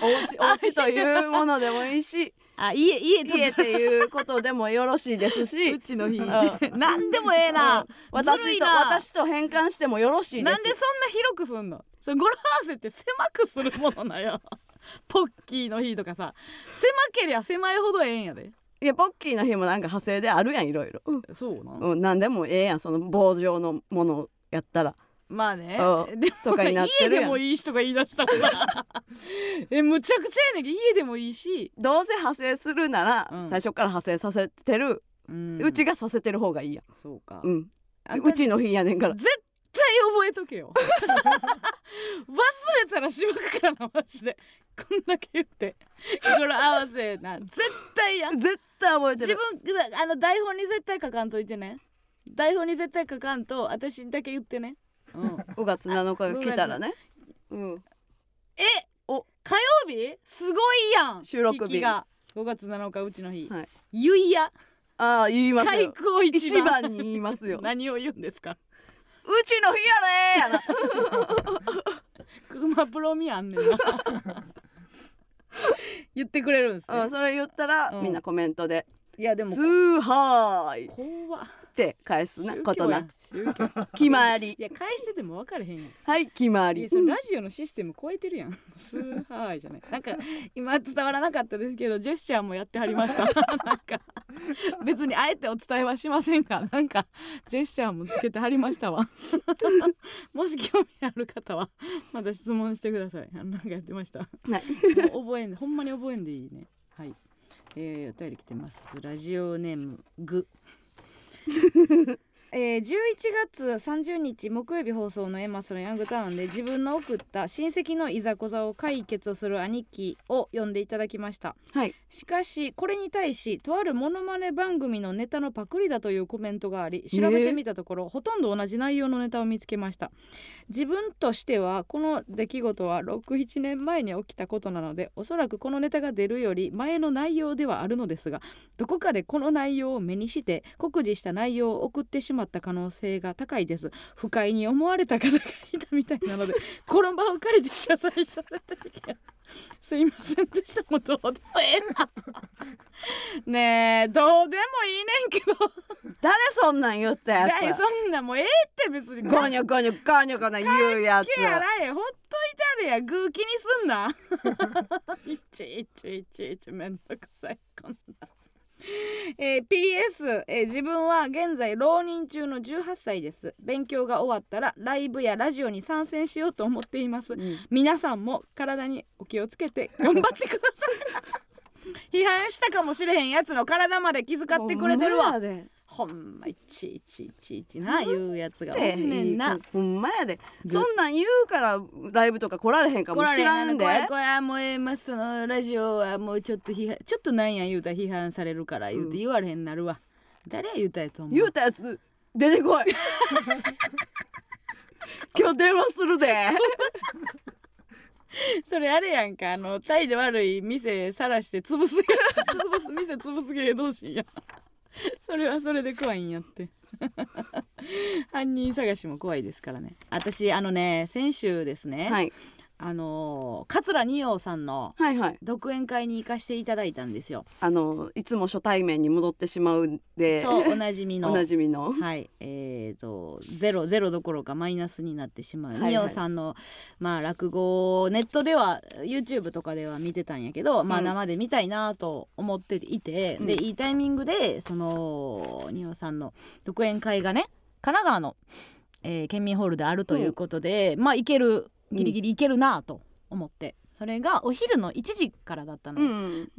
Speaker 1: おうちおうちというものでもいい し
Speaker 2: あ家家と
Speaker 1: 家っていうことでもよろしいですし
Speaker 2: うちの日
Speaker 1: うん
Speaker 2: なんでもええ
Speaker 1: う
Speaker 2: なんずる
Speaker 1: 私
Speaker 2: い
Speaker 1: と
Speaker 2: な
Speaker 1: 私と変換してもよろしいです
Speaker 2: なんでそんな広くすんのその語呂合わせって狭くするものなよポッキーの日とかさ狭けりゃ狭いほどええんやで
Speaker 1: いやポッキーの日もなんか派生であるやんいろいろ、うん
Speaker 2: そうなん
Speaker 1: うん、何でもええやんその棒状のものやったら
Speaker 2: まあね
Speaker 1: うん
Speaker 2: でも
Speaker 1: とかになってるやん
Speaker 2: 家でもいい人が言い出したから えむちゃくちゃやねんけど家でもいいし、
Speaker 1: どうせ派生するなら、
Speaker 2: うん
Speaker 1: 最初から派生させてる、
Speaker 2: う
Speaker 1: うちがさせてる方がいいや
Speaker 2: そうか、
Speaker 1: ん、うん、
Speaker 2: あんた
Speaker 1: うちの日やねんから
Speaker 2: 絶対覚えと けよ忘れたらしまくからなマジでこんだけ言ってこれ合わせな絶対やん
Speaker 1: 絶対覚えて
Speaker 2: 自
Speaker 1: る
Speaker 2: 分あの台本に絶対書かんといてね台本に絶対書かんと私だけ言ってね、 うん、
Speaker 1: 5月7日が来たらね、うん、
Speaker 2: え
Speaker 1: お
Speaker 2: 火曜日すごいやん
Speaker 1: 収録日
Speaker 2: 日が5月7日うちの日、
Speaker 1: はい
Speaker 2: ゆいや
Speaker 1: ああ言います
Speaker 2: 開
Speaker 1: よ
Speaker 2: 口一
Speaker 1: 一
Speaker 2: 番
Speaker 1: 番に言いますよ
Speaker 2: 何を言うんですか
Speaker 1: ちの日やねーやな
Speaker 2: 熊プロミあんねんな 言ってくれるん ですね、
Speaker 1: うん、それ言ったら、
Speaker 2: うん
Speaker 1: みんなコメントで
Speaker 2: いや
Speaker 1: 「
Speaker 2: でも
Speaker 1: スーハーイ!」っ
Speaker 2: 怖って
Speaker 1: 返すなことな
Speaker 2: 宗教
Speaker 1: 決まり
Speaker 2: いや返してても分かれへんやん
Speaker 1: はい決ま
Speaker 2: いや
Speaker 1: り
Speaker 2: そのラジオのシステム超えてるやん。スーハーイじゃない。なんか今伝わらなかったですけどジェスチャーもやってはりました。なんか別にあえてお伝えはしませんがなんかジェスチャーもつけてはりましたわ。もし興味ある方はまた質問してください。あなんかやってました。も
Speaker 1: はいう
Speaker 2: 覚えんほんまに覚えんでいいね。はい。えー、お便り来てます。ラジオネームグ。 えー、11月30日木曜日放送の「エマスのヤングタウン」で自分の送った親戚のいざこざを解決する兄貴を読んでいただきました
Speaker 1: はい
Speaker 2: しかしこれに対しとあるモノマネ番組のネタのパクリだというコメントがあり調べてみたところ、ほとんど同じ内容のネタを見つけました自分としてはこの出来事は67年前に起きたことなのでおそらくこのネタが出るより前の内容ではあるのですがどこかでこの内容を目にして酷似した内容を送ってしまった可能性が高いです不快に思われた方がいたみたいなのでこの場を借りて謝罪させていただきますいませんでしたもうどうでもええなねえどうでもいいねんけど
Speaker 1: 誰そんなん言ったや
Speaker 2: だい
Speaker 1: つ
Speaker 2: そんなもうええって別に
Speaker 1: ゴニョゴニョゴニョゴニョ言うやつ
Speaker 2: けやらえほっといたるやグー気にす んないちいちいちいちめんどくさいこんな。えー PS、えー自分は現在浪人中の18歳です勉強が終わったらライブやラジオに参戦しようと思っています皆さんも体にお気をつけて頑張ってくださ い批判したかもしれへんやつの体まで気遣ってくれてる
Speaker 1: ほんまや
Speaker 2: わ
Speaker 1: で
Speaker 2: ほんまいちいちいちいちな言うやつが
Speaker 1: っ
Speaker 2: お
Speaker 1: て
Speaker 2: んねんな
Speaker 1: ほんまやで
Speaker 2: ぐ
Speaker 1: そんなん言うからライブとか来られへんかも知らんで
Speaker 2: 怖い怖いもうええますそのラジオはもうちょっと批判ちょっとなんや言うたら批判されるから言うて言われへんなるわ、誰や言うたやつお前
Speaker 1: 言うたやつ出て こい今日電話するで
Speaker 2: それあれやんかあのタイで悪い店さらして潰す潰す店潰す芸能人やそれはそれで怖いんやって犯人探しも怖いですからね私あのね先週ですね、
Speaker 1: はい
Speaker 2: あの桂二葉さんの
Speaker 1: はいはい
Speaker 2: 独演会に行かせていただいたんですよ、
Speaker 1: あのいつも初対面に戻ってしまうんで
Speaker 2: そうおなじみ の
Speaker 1: おなじみの
Speaker 2: はい、えー、とゼロゼロどころかマイナスになってしまう、
Speaker 1: はいはい
Speaker 2: 二葉さんの、まあ、落語をネットでは YouTube とかでは見てたんやけど、まあ、
Speaker 1: うん
Speaker 2: 生で見たいなと思っていて、
Speaker 1: うん
Speaker 2: でいいタイミングでその二葉さんの独演会がね神奈川の、えー県民ホールであるということで、まあ行けるギリギリ行けるなと思って、それがお昼の1時からだったの
Speaker 1: う
Speaker 2: よ。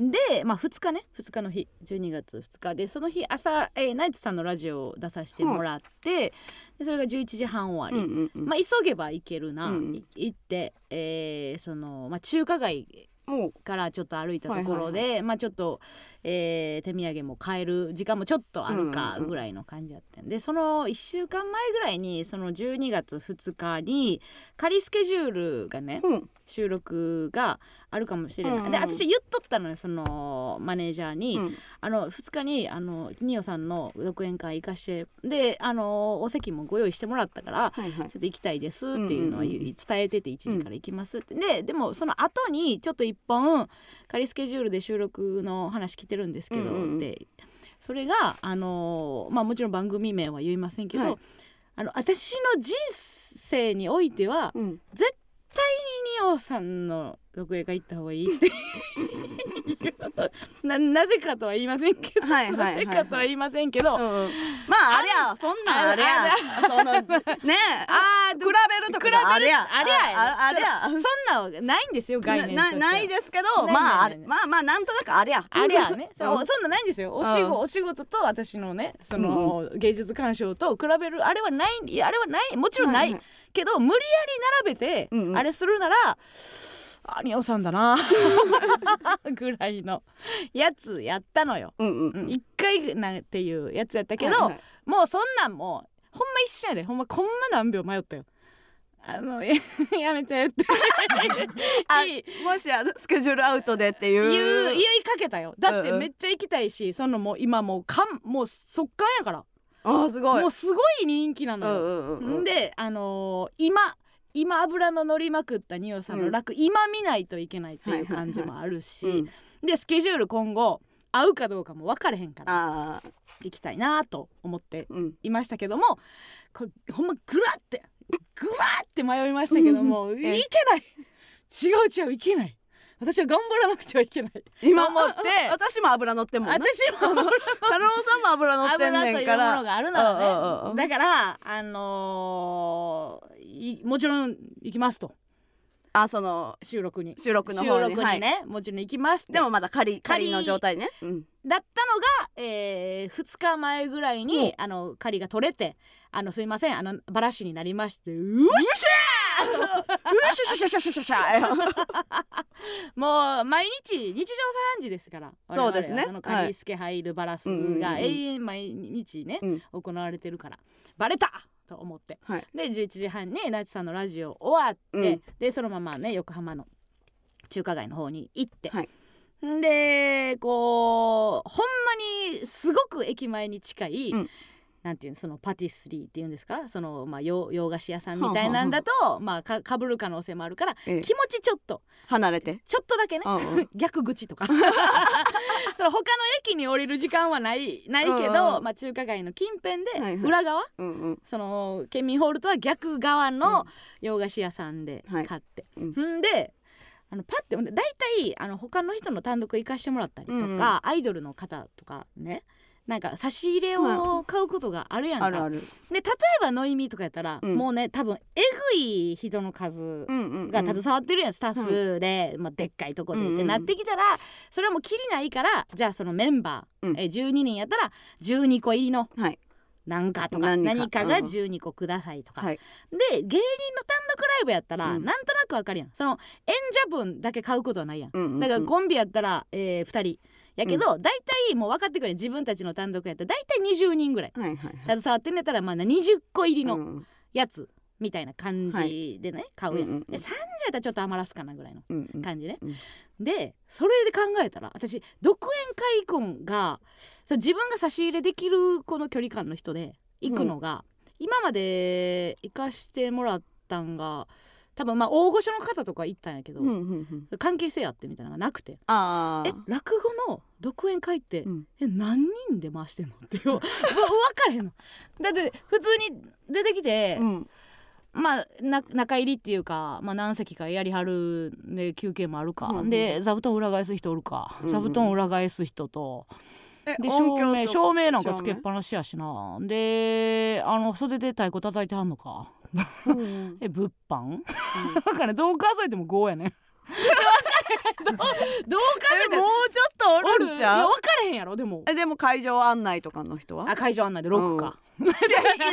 Speaker 1: ん
Speaker 2: で、まあ、2日ね2日の日12月2日でその日朝、えーナイツさんのラジオを出させてもらって、でそれが11時半
Speaker 1: うん
Speaker 2: 終
Speaker 1: う
Speaker 2: わり、
Speaker 1: んうん
Speaker 2: まあ、急げば行けるな、
Speaker 1: うん
Speaker 2: い行って、えーそのまあ、中華街
Speaker 1: もう
Speaker 2: からちょっと歩いたところで、
Speaker 1: は
Speaker 2: まあ、ちょっと、えー手土産も買える時間もちょっとある
Speaker 1: う
Speaker 2: か
Speaker 1: んうんうん
Speaker 2: ぐらいの感じだったんで、その1週間前ぐらいにその12月2日に仮スケジュールがね、
Speaker 1: うん
Speaker 2: 収録があるかもしれない、
Speaker 1: うんうん
Speaker 2: で私言っとったのよそのマネージャーに、
Speaker 1: うん
Speaker 2: あの2日にあのニオさんの独演会行かしてであのお席もご用意してもらったから
Speaker 1: はいはい
Speaker 2: ちょっと行きたいですっていうのは
Speaker 1: うんうん
Speaker 2: 伝
Speaker 1: うん
Speaker 2: えてて1時から行きますって、ででもその後にちょっと1本仮スケジュールで収録の話来てるんですけどって、
Speaker 1: うんうんうん
Speaker 2: それがあのーまあもちろん番組名は言いませんけど、
Speaker 1: はい
Speaker 2: あの私の人生においては
Speaker 1: うん
Speaker 2: 絶対に二葉さんの独演会行った方がいい ってななぜかとは言いませんけど、
Speaker 1: はいはいはいはい
Speaker 2: なぜかとは言いませんけど、
Speaker 1: うんうんまあありゃそんなんありゃそのねえ比
Speaker 2: あー
Speaker 1: べるとかがありゃ
Speaker 2: あれや
Speaker 1: あありゃ
Speaker 2: そんそんなないんですよ概念と
Speaker 1: な
Speaker 2: し
Speaker 1: な
Speaker 2: て
Speaker 1: ないですけど
Speaker 2: ない
Speaker 1: まああ
Speaker 2: ない
Speaker 1: れ
Speaker 2: ない
Speaker 1: まあまあなんとなくありゃ
Speaker 2: あれやねそううんそんなないんですよお仕
Speaker 1: うん
Speaker 2: 事お仕事と私のねその、芸術鑑賞と比べるあれはないいやあれはないもちろんない、
Speaker 1: はいはい
Speaker 2: けど無理やり並べて、
Speaker 1: うんうん
Speaker 2: あれするならあにおさん だなぐらいのやつやったのよ。
Speaker 1: うんうん
Speaker 2: うん一回なんていうやつやったけど、
Speaker 1: はいはい
Speaker 2: もうそんなんもうほんま一瞬やでほんまこんな何秒迷ったよ。あもう えやめてって
Speaker 1: あ
Speaker 2: いい
Speaker 1: もしあのスケジュールアウトでっていう
Speaker 2: 言う言いかけたよだって
Speaker 1: うんうん
Speaker 2: めっちゃ行きたいし、そのもう今もうかんもう速乾やから
Speaker 1: ああすごい
Speaker 2: もうすごい人気なのよ。
Speaker 1: うんうんうん
Speaker 2: んであのー今今油の乗りまくった二葉さんの楽、今見ないといけないっていう感じもあるし、
Speaker 1: うん
Speaker 2: でスケジュール今後合うかどうかも分かれへんから
Speaker 1: ああ
Speaker 2: 行きたいなと思って
Speaker 1: うん
Speaker 2: いましたけどもこれほんまグラってグラって迷いましたけどもいけない違う違ういけない私は頑張らなくてはい けない
Speaker 1: 今
Speaker 2: と思って
Speaker 1: ああ私も油乗ってんもんな
Speaker 2: 私も
Speaker 1: 太郎さんも油乗ってん
Speaker 2: 油と
Speaker 1: ね
Speaker 2: い
Speaker 1: ん
Speaker 2: う
Speaker 1: か
Speaker 2: もの
Speaker 1: ら
Speaker 2: があるな
Speaker 1: うんうん
Speaker 2: ら
Speaker 1: う
Speaker 2: ね
Speaker 1: ん
Speaker 2: だからあのーいもちろん行きますと
Speaker 1: あその
Speaker 2: 収録に
Speaker 1: 収録の
Speaker 2: 収
Speaker 1: 方に
Speaker 2: 録にね、
Speaker 1: はい
Speaker 2: もちろん行きますって
Speaker 1: でもまだ仮仮
Speaker 2: 仮
Speaker 1: の状態ね、うん、
Speaker 2: だったのが、え2日前ぐらいにあの狩りが取れて「あのすいませんあのバラシになりましてうっし
Speaker 1: シュシュシュシュシュシュシュ
Speaker 2: ゃもう毎日日常3時ですから
Speaker 1: そうですね
Speaker 2: 我々はあの狩りスケ入るバラスが
Speaker 1: はい
Speaker 2: 永遠毎日ね、
Speaker 1: うん
Speaker 2: 行われてるからバレたと思って、
Speaker 1: はい
Speaker 2: で11時半にナイツさんのラジオ終わって、
Speaker 1: うん
Speaker 2: でそのままね横浜の中華街の方に行って、
Speaker 1: はい
Speaker 2: んでこうほんまにすごく駅前に近い、
Speaker 1: うん
Speaker 2: なんていうのそのパティスリーっていうんですかその、まあ、洋洋菓子屋さんみたいなんだとまあ、かかぶる可能性もあるから
Speaker 1: ええ
Speaker 2: 気持ちちょっと
Speaker 1: 離れて、
Speaker 2: ちょっとだけね
Speaker 1: うんうん、
Speaker 2: 逆口と かその他の駅に降りる時間はないないけ
Speaker 1: うん
Speaker 2: ど、
Speaker 1: うん
Speaker 2: まあ、中華街の近辺
Speaker 1: はいはい
Speaker 2: で裏側、
Speaker 1: うんうん
Speaker 2: その県民ホールとは逆側の洋菓子屋さんで
Speaker 1: は
Speaker 2: 買
Speaker 1: い
Speaker 2: って、
Speaker 1: うん
Speaker 2: んであのパッてほんで大体あの他の人の単独行かしてもらったりとか、
Speaker 1: うんうん
Speaker 2: アイドルの方とかねなんか差し入れを買うことがあるやんか、
Speaker 1: あるある、
Speaker 2: で例えばノイミーとかやったら、
Speaker 1: うん
Speaker 2: もうね多分えぐい人の数
Speaker 1: うんうんうん、
Speaker 2: が携わってるやんスタッフで、まあ、でっかいとこでってなってきたら、それはもうきりないからじゃあそのメンバー、
Speaker 1: うん
Speaker 2: えー12人やったら12個入りの
Speaker 1: はい
Speaker 2: なんかとか
Speaker 1: 何
Speaker 2: 何
Speaker 1: か
Speaker 2: かが
Speaker 1: うん
Speaker 2: 12個くださいとか、
Speaker 1: はい
Speaker 2: で芸人の単独ライブやったら、
Speaker 1: うん
Speaker 2: なんとなくわかるやんその演者分だけ買うことはないやん、
Speaker 1: うんうんうん
Speaker 2: だからコンビやったら、え2人やけど、大体もう分かってくれん自分たちの単独やったら大体20人ぐらい
Speaker 1: はいはいはい
Speaker 2: 携わってんねやったらまあ20個入り
Speaker 1: う
Speaker 2: の
Speaker 1: ん
Speaker 2: やつみたいな感
Speaker 1: は
Speaker 2: じでね、買うやん、
Speaker 1: うんうんうん
Speaker 2: で30やったらちょっと余らすかなぐらいの
Speaker 1: うんうん
Speaker 2: 感じね、
Speaker 1: うん
Speaker 2: でそれで考えたら私独演会コンがそう自分が差し入れできるこの距離感の人で行くのが、今まで行かしてもらったんが多分まあ大御所の方とか行ったんやけど、
Speaker 1: うんうんうん
Speaker 2: 関係性あってみたいなのがなくて
Speaker 1: あ
Speaker 2: え
Speaker 1: あ
Speaker 2: 落語の独演会って、
Speaker 1: うん
Speaker 2: え何人で回してんのってよ わ分かれへんの。だって普通に出てきて、
Speaker 1: うん
Speaker 2: まあ、な中入りっていうか、まあ、何席かやりはるで休憩もあるか、
Speaker 1: うんうん
Speaker 2: で座布団裏返す人おるか、
Speaker 1: うんうん
Speaker 2: 座布団裏返す人と
Speaker 1: え
Speaker 2: で
Speaker 1: 音
Speaker 2: 照
Speaker 1: 響
Speaker 2: 明
Speaker 1: と
Speaker 2: 照明なんかつけっぱなしやしなであの袖で太鼓叩いてはんのか
Speaker 1: 照明うんうん
Speaker 2: え物販だからどう数えても5やね どう数え
Speaker 1: え
Speaker 2: て
Speaker 1: も
Speaker 2: も
Speaker 1: うちょっとおるん
Speaker 2: い
Speaker 1: ち
Speaker 2: や
Speaker 1: ゃう
Speaker 2: 分からへんやろでも
Speaker 1: えでも会場案内とかの人は
Speaker 2: あ会場案内で6か、
Speaker 1: 違う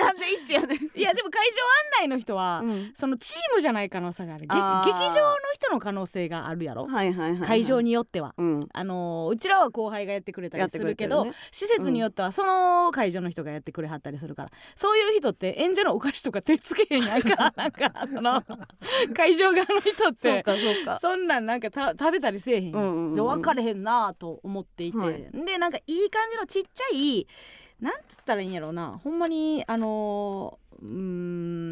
Speaker 1: なんで一やねん
Speaker 2: いやでも会場案内の人は、
Speaker 1: うん
Speaker 2: そのチームじゃない可能性があるげ劇
Speaker 1: あー
Speaker 2: 場の人の可能性があるやろ
Speaker 1: はいはいはいはい
Speaker 2: 会場によっては。
Speaker 1: うん
Speaker 2: あのーうちらは後輩がやってくれた
Speaker 1: やっ
Speaker 2: り
Speaker 1: て
Speaker 2: す
Speaker 1: くれ
Speaker 2: る
Speaker 1: て
Speaker 2: け
Speaker 1: る
Speaker 2: ど
Speaker 1: ね
Speaker 2: 施設によってはその会場の人がやってくれはったりするから、そういう人って演者のお菓子とか手つけへんやんかなんか あの会場側の人っ
Speaker 1: そう
Speaker 2: て
Speaker 1: かそうか
Speaker 2: そんなんなんかた食べたりせえへんやん,、
Speaker 1: うんうんうん
Speaker 2: で分かれへんなぁと思っていて、
Speaker 1: はい
Speaker 2: でなんかいい感じのちっちゃいなんつったらいいんやろうなほんまにあのーうー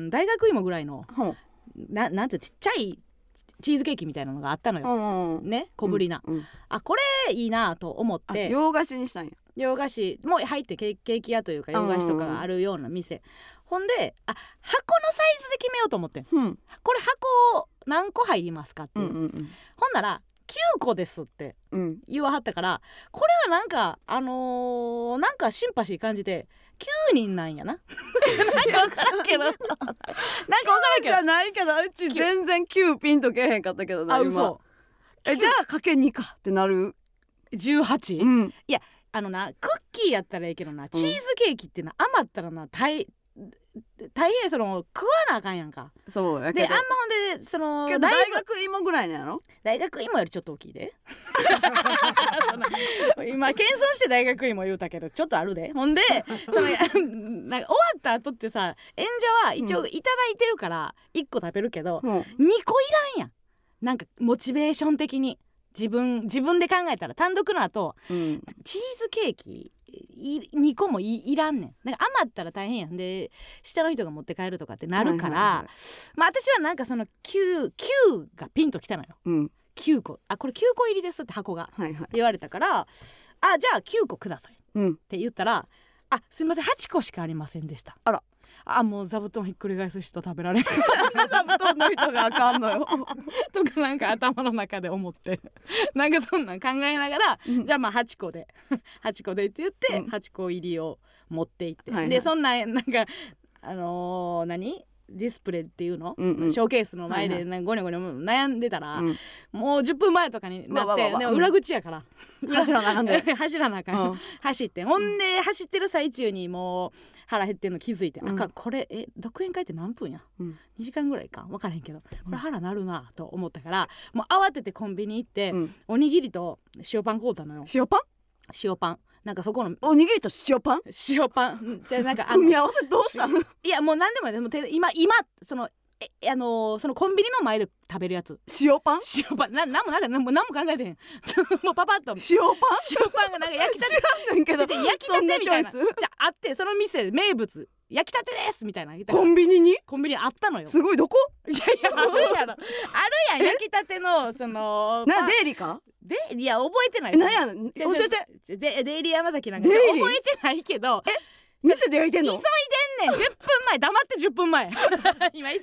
Speaker 2: ん大学芋ぐらいの
Speaker 1: ほう
Speaker 2: ななんていうちっちゃいチーズケーキみたいなのがあったの
Speaker 1: う
Speaker 2: よ、
Speaker 1: んうん
Speaker 2: ね小ぶりな。
Speaker 1: うん
Speaker 2: あこれいいなと思っ
Speaker 1: あ
Speaker 2: て
Speaker 1: 洋菓子にしたんや
Speaker 2: 洋菓子も入ってケーケーキ屋というか洋菓子とかがあるような店、ほんであ箱のサイズで決めようと思ってん
Speaker 1: うん
Speaker 2: これ箱何個入りますかって
Speaker 1: う
Speaker 2: い
Speaker 1: ん
Speaker 2: う、
Speaker 1: うん
Speaker 2: ほんなら9個ですって
Speaker 1: うんうん
Speaker 2: 言わはったからこれはなんかあのーなんかシンパシー感じて9人なんやな なんかわからん けどなんかわからんけ
Speaker 1: じ
Speaker 2: ど
Speaker 1: ゃないけどうち全然9ピンとけえへんかったけどな
Speaker 2: あ
Speaker 1: 今
Speaker 2: 嘘
Speaker 1: えじゃあかけ2かってなる
Speaker 2: 18?
Speaker 1: うん
Speaker 2: あのなクッキーやったらいいけどなチーズケーキってな、余ったらな大大変その食わなあかんやんか
Speaker 1: そうやけ
Speaker 2: であ
Speaker 1: ど
Speaker 2: んまほんでその
Speaker 1: けど大学芋ぐらいなんやろ
Speaker 2: 大学芋よりちょっと大きいで そんな今謙遜して大学芋言うたけどちょっとあるでほんでその なんか終わった後ってさ演者は一応いただいてるから1個食べるけど、
Speaker 1: うん
Speaker 2: 2個いらんやんなんかモチベーション的に自分自分で考えたら単独の後
Speaker 1: うん
Speaker 2: チーズケーキい2個もいいらんねんなんか余ったら大変やんで下の人が持って帰るとかってなるから、
Speaker 1: はいはいはい
Speaker 2: まあ私はなんかその 9, 9がピンときたのよ
Speaker 1: うん
Speaker 2: 9個あこれ9個入りですって箱が
Speaker 1: はいはい
Speaker 2: 言われたからあじゃあ9個くださいっ
Speaker 1: うん
Speaker 2: て言ったらあすいません8個しかありませんでした
Speaker 1: あら
Speaker 2: あもう座布団ひっくり返す人食べられん
Speaker 1: 座布団の人があかんのよ
Speaker 2: とかなんか頭の中で思って なんかそんなん考えながら
Speaker 1: うん
Speaker 2: じゃあまあ8個で 8個でって言って、
Speaker 1: うん
Speaker 2: 8個入りを持っていって、
Speaker 1: はいはい
Speaker 2: でそんななんかあのー何ディスプレイって いうの、
Speaker 1: うんうん
Speaker 2: ショーケースの前
Speaker 1: はい
Speaker 2: でなんかゴニョゴニョ悩んでたら、
Speaker 1: うん
Speaker 2: もう10分前とかに
Speaker 1: わ
Speaker 2: なっ
Speaker 1: わわ
Speaker 2: て
Speaker 1: わ
Speaker 2: で
Speaker 1: う
Speaker 2: も
Speaker 1: ん
Speaker 2: 裏口やから、
Speaker 1: 柱並んで
Speaker 2: 走らなあかん、
Speaker 1: うん
Speaker 2: 走ってほんで走ってる最中にもう腹減ってんの気づいて、
Speaker 1: うん
Speaker 2: あかこれえ独演会って何分や
Speaker 1: うん
Speaker 2: 2時間ぐらいか分からへんけどこれ腹なるなと思ったからもう慌ててコンビニ行って、
Speaker 1: うん
Speaker 2: おにぎりと塩パン買うたのよ
Speaker 1: 塩パン
Speaker 2: 塩パンなんかそこの
Speaker 1: おにぎりと塩パン
Speaker 2: 塩パンじゃあなんか あの
Speaker 1: 組み合わせどうしたの
Speaker 2: いやもう何でもいいでもて今今そのえあのーそのコンビニの前で食べるやつ
Speaker 1: 塩パン
Speaker 2: 塩パンななんもなんかなんもなんも考えてへん もうパパッ
Speaker 1: 塩
Speaker 2: と
Speaker 1: パン
Speaker 2: 塩パンがなんか焼きたて
Speaker 1: 知らんねんけ
Speaker 2: ちょ
Speaker 1: ど
Speaker 2: っと焼きたてみたいな
Speaker 1: そん
Speaker 2: じ
Speaker 1: なチョイ
Speaker 2: ゃああってその店名物焼きたてですみたいな
Speaker 1: スコンビニに
Speaker 2: コンビニあったのよ
Speaker 1: すごいどこ
Speaker 2: いや いやあるやろあるやん焼きたてのその
Speaker 1: な
Speaker 2: パン
Speaker 1: デイリーか
Speaker 2: でいや覚えてない
Speaker 1: えなんやねん
Speaker 2: ち
Speaker 1: 教
Speaker 2: ょ
Speaker 1: えて
Speaker 2: てでデイリー山崎なんかちょ
Speaker 1: デイリー
Speaker 2: 覚えてないけど
Speaker 1: 店で焼いてんの
Speaker 2: 急いでんねん10分前黙って10分前 今急いでんね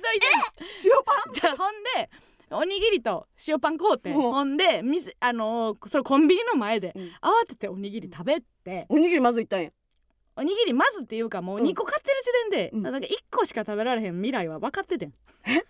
Speaker 1: 塩パン
Speaker 2: んじゃあほんでおにぎりと塩パン買うて
Speaker 1: ほう
Speaker 2: ほんでみせあのーそれコンビニの前で
Speaker 1: うん
Speaker 2: 慌てておにぎり食べて
Speaker 1: おにぎりまずいったんや
Speaker 2: おにぎりまずっていうかもう
Speaker 1: うん
Speaker 2: 2個買ってる時点で、
Speaker 1: うん
Speaker 2: なんか1個しか食べられへん未来は分かっててん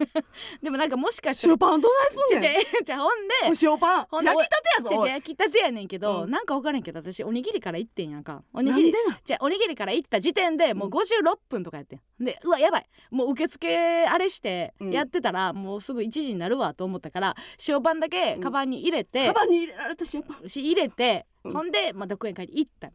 Speaker 2: でもなんかもしかしたら
Speaker 1: 塩パンどないすん
Speaker 2: じゃ
Speaker 1: ねん
Speaker 2: じゃじゃほんで
Speaker 1: お塩パン
Speaker 2: ほんで
Speaker 1: 焼きたてや
Speaker 2: じゃ
Speaker 1: ぞ
Speaker 2: じ
Speaker 1: お
Speaker 2: ゃ
Speaker 1: い
Speaker 2: 焼きたてやねんけど、
Speaker 1: うん
Speaker 2: なんか分からんけど私おにぎりから行ってんやんかおに
Speaker 1: な
Speaker 2: ぎ
Speaker 1: ん
Speaker 2: り
Speaker 1: でな
Speaker 2: じゃあおにぎりから行った時点でもう56分とかやってんでうわやばいもう受付あれして
Speaker 1: うん
Speaker 2: やってたらもうすぐ1時になるわと思ったから塩パンだけカバンに入れて
Speaker 1: カ、バンに入れられた塩パン
Speaker 2: し入れて、
Speaker 1: うん
Speaker 2: ほんで、まあ、独演会に行ったの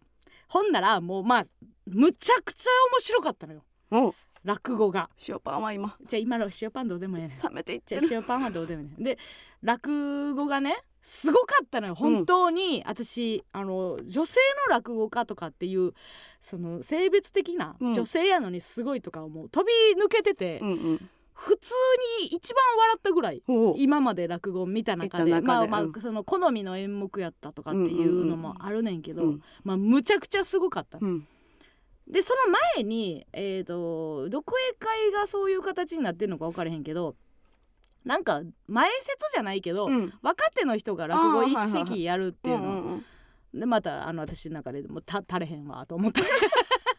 Speaker 2: ほんならもうまあむちゃくちゃ面白かったのよ
Speaker 1: うん
Speaker 2: 落語が
Speaker 1: 塩パンは今
Speaker 2: じゃあ今の塩パンどうでもええねん
Speaker 1: 冷めていっ
Speaker 2: じ
Speaker 1: て
Speaker 2: ゃあ
Speaker 1: る
Speaker 2: 塩パンはどうでもいいねで落語がねすごかったのよ本当に、私あの女性の落語家とかっていうその性別的な
Speaker 1: うん
Speaker 2: 女性やのにすごいとかもう飛び抜けてて、
Speaker 1: うんうん
Speaker 2: 普通に一番笑ったぐらい
Speaker 1: おう
Speaker 2: 今まで落語を見た中で
Speaker 1: 見た中で
Speaker 2: まあまあ、
Speaker 1: うん
Speaker 2: その好みの演目やったとかっていうのもあるねんけど、
Speaker 1: うん
Speaker 2: まあ、むちゃくちゃすごかった、
Speaker 1: うん
Speaker 2: でその前にえー、と独演会がそういう形になってるのか分からへんけどなんか前説じゃないけど、
Speaker 1: うん
Speaker 2: 若手の人が落語
Speaker 1: あー
Speaker 2: 一
Speaker 1: はいはいはい
Speaker 2: 席やるっていうの、
Speaker 1: うんうん
Speaker 2: でまたあの私の中でもうた足れへんわと思って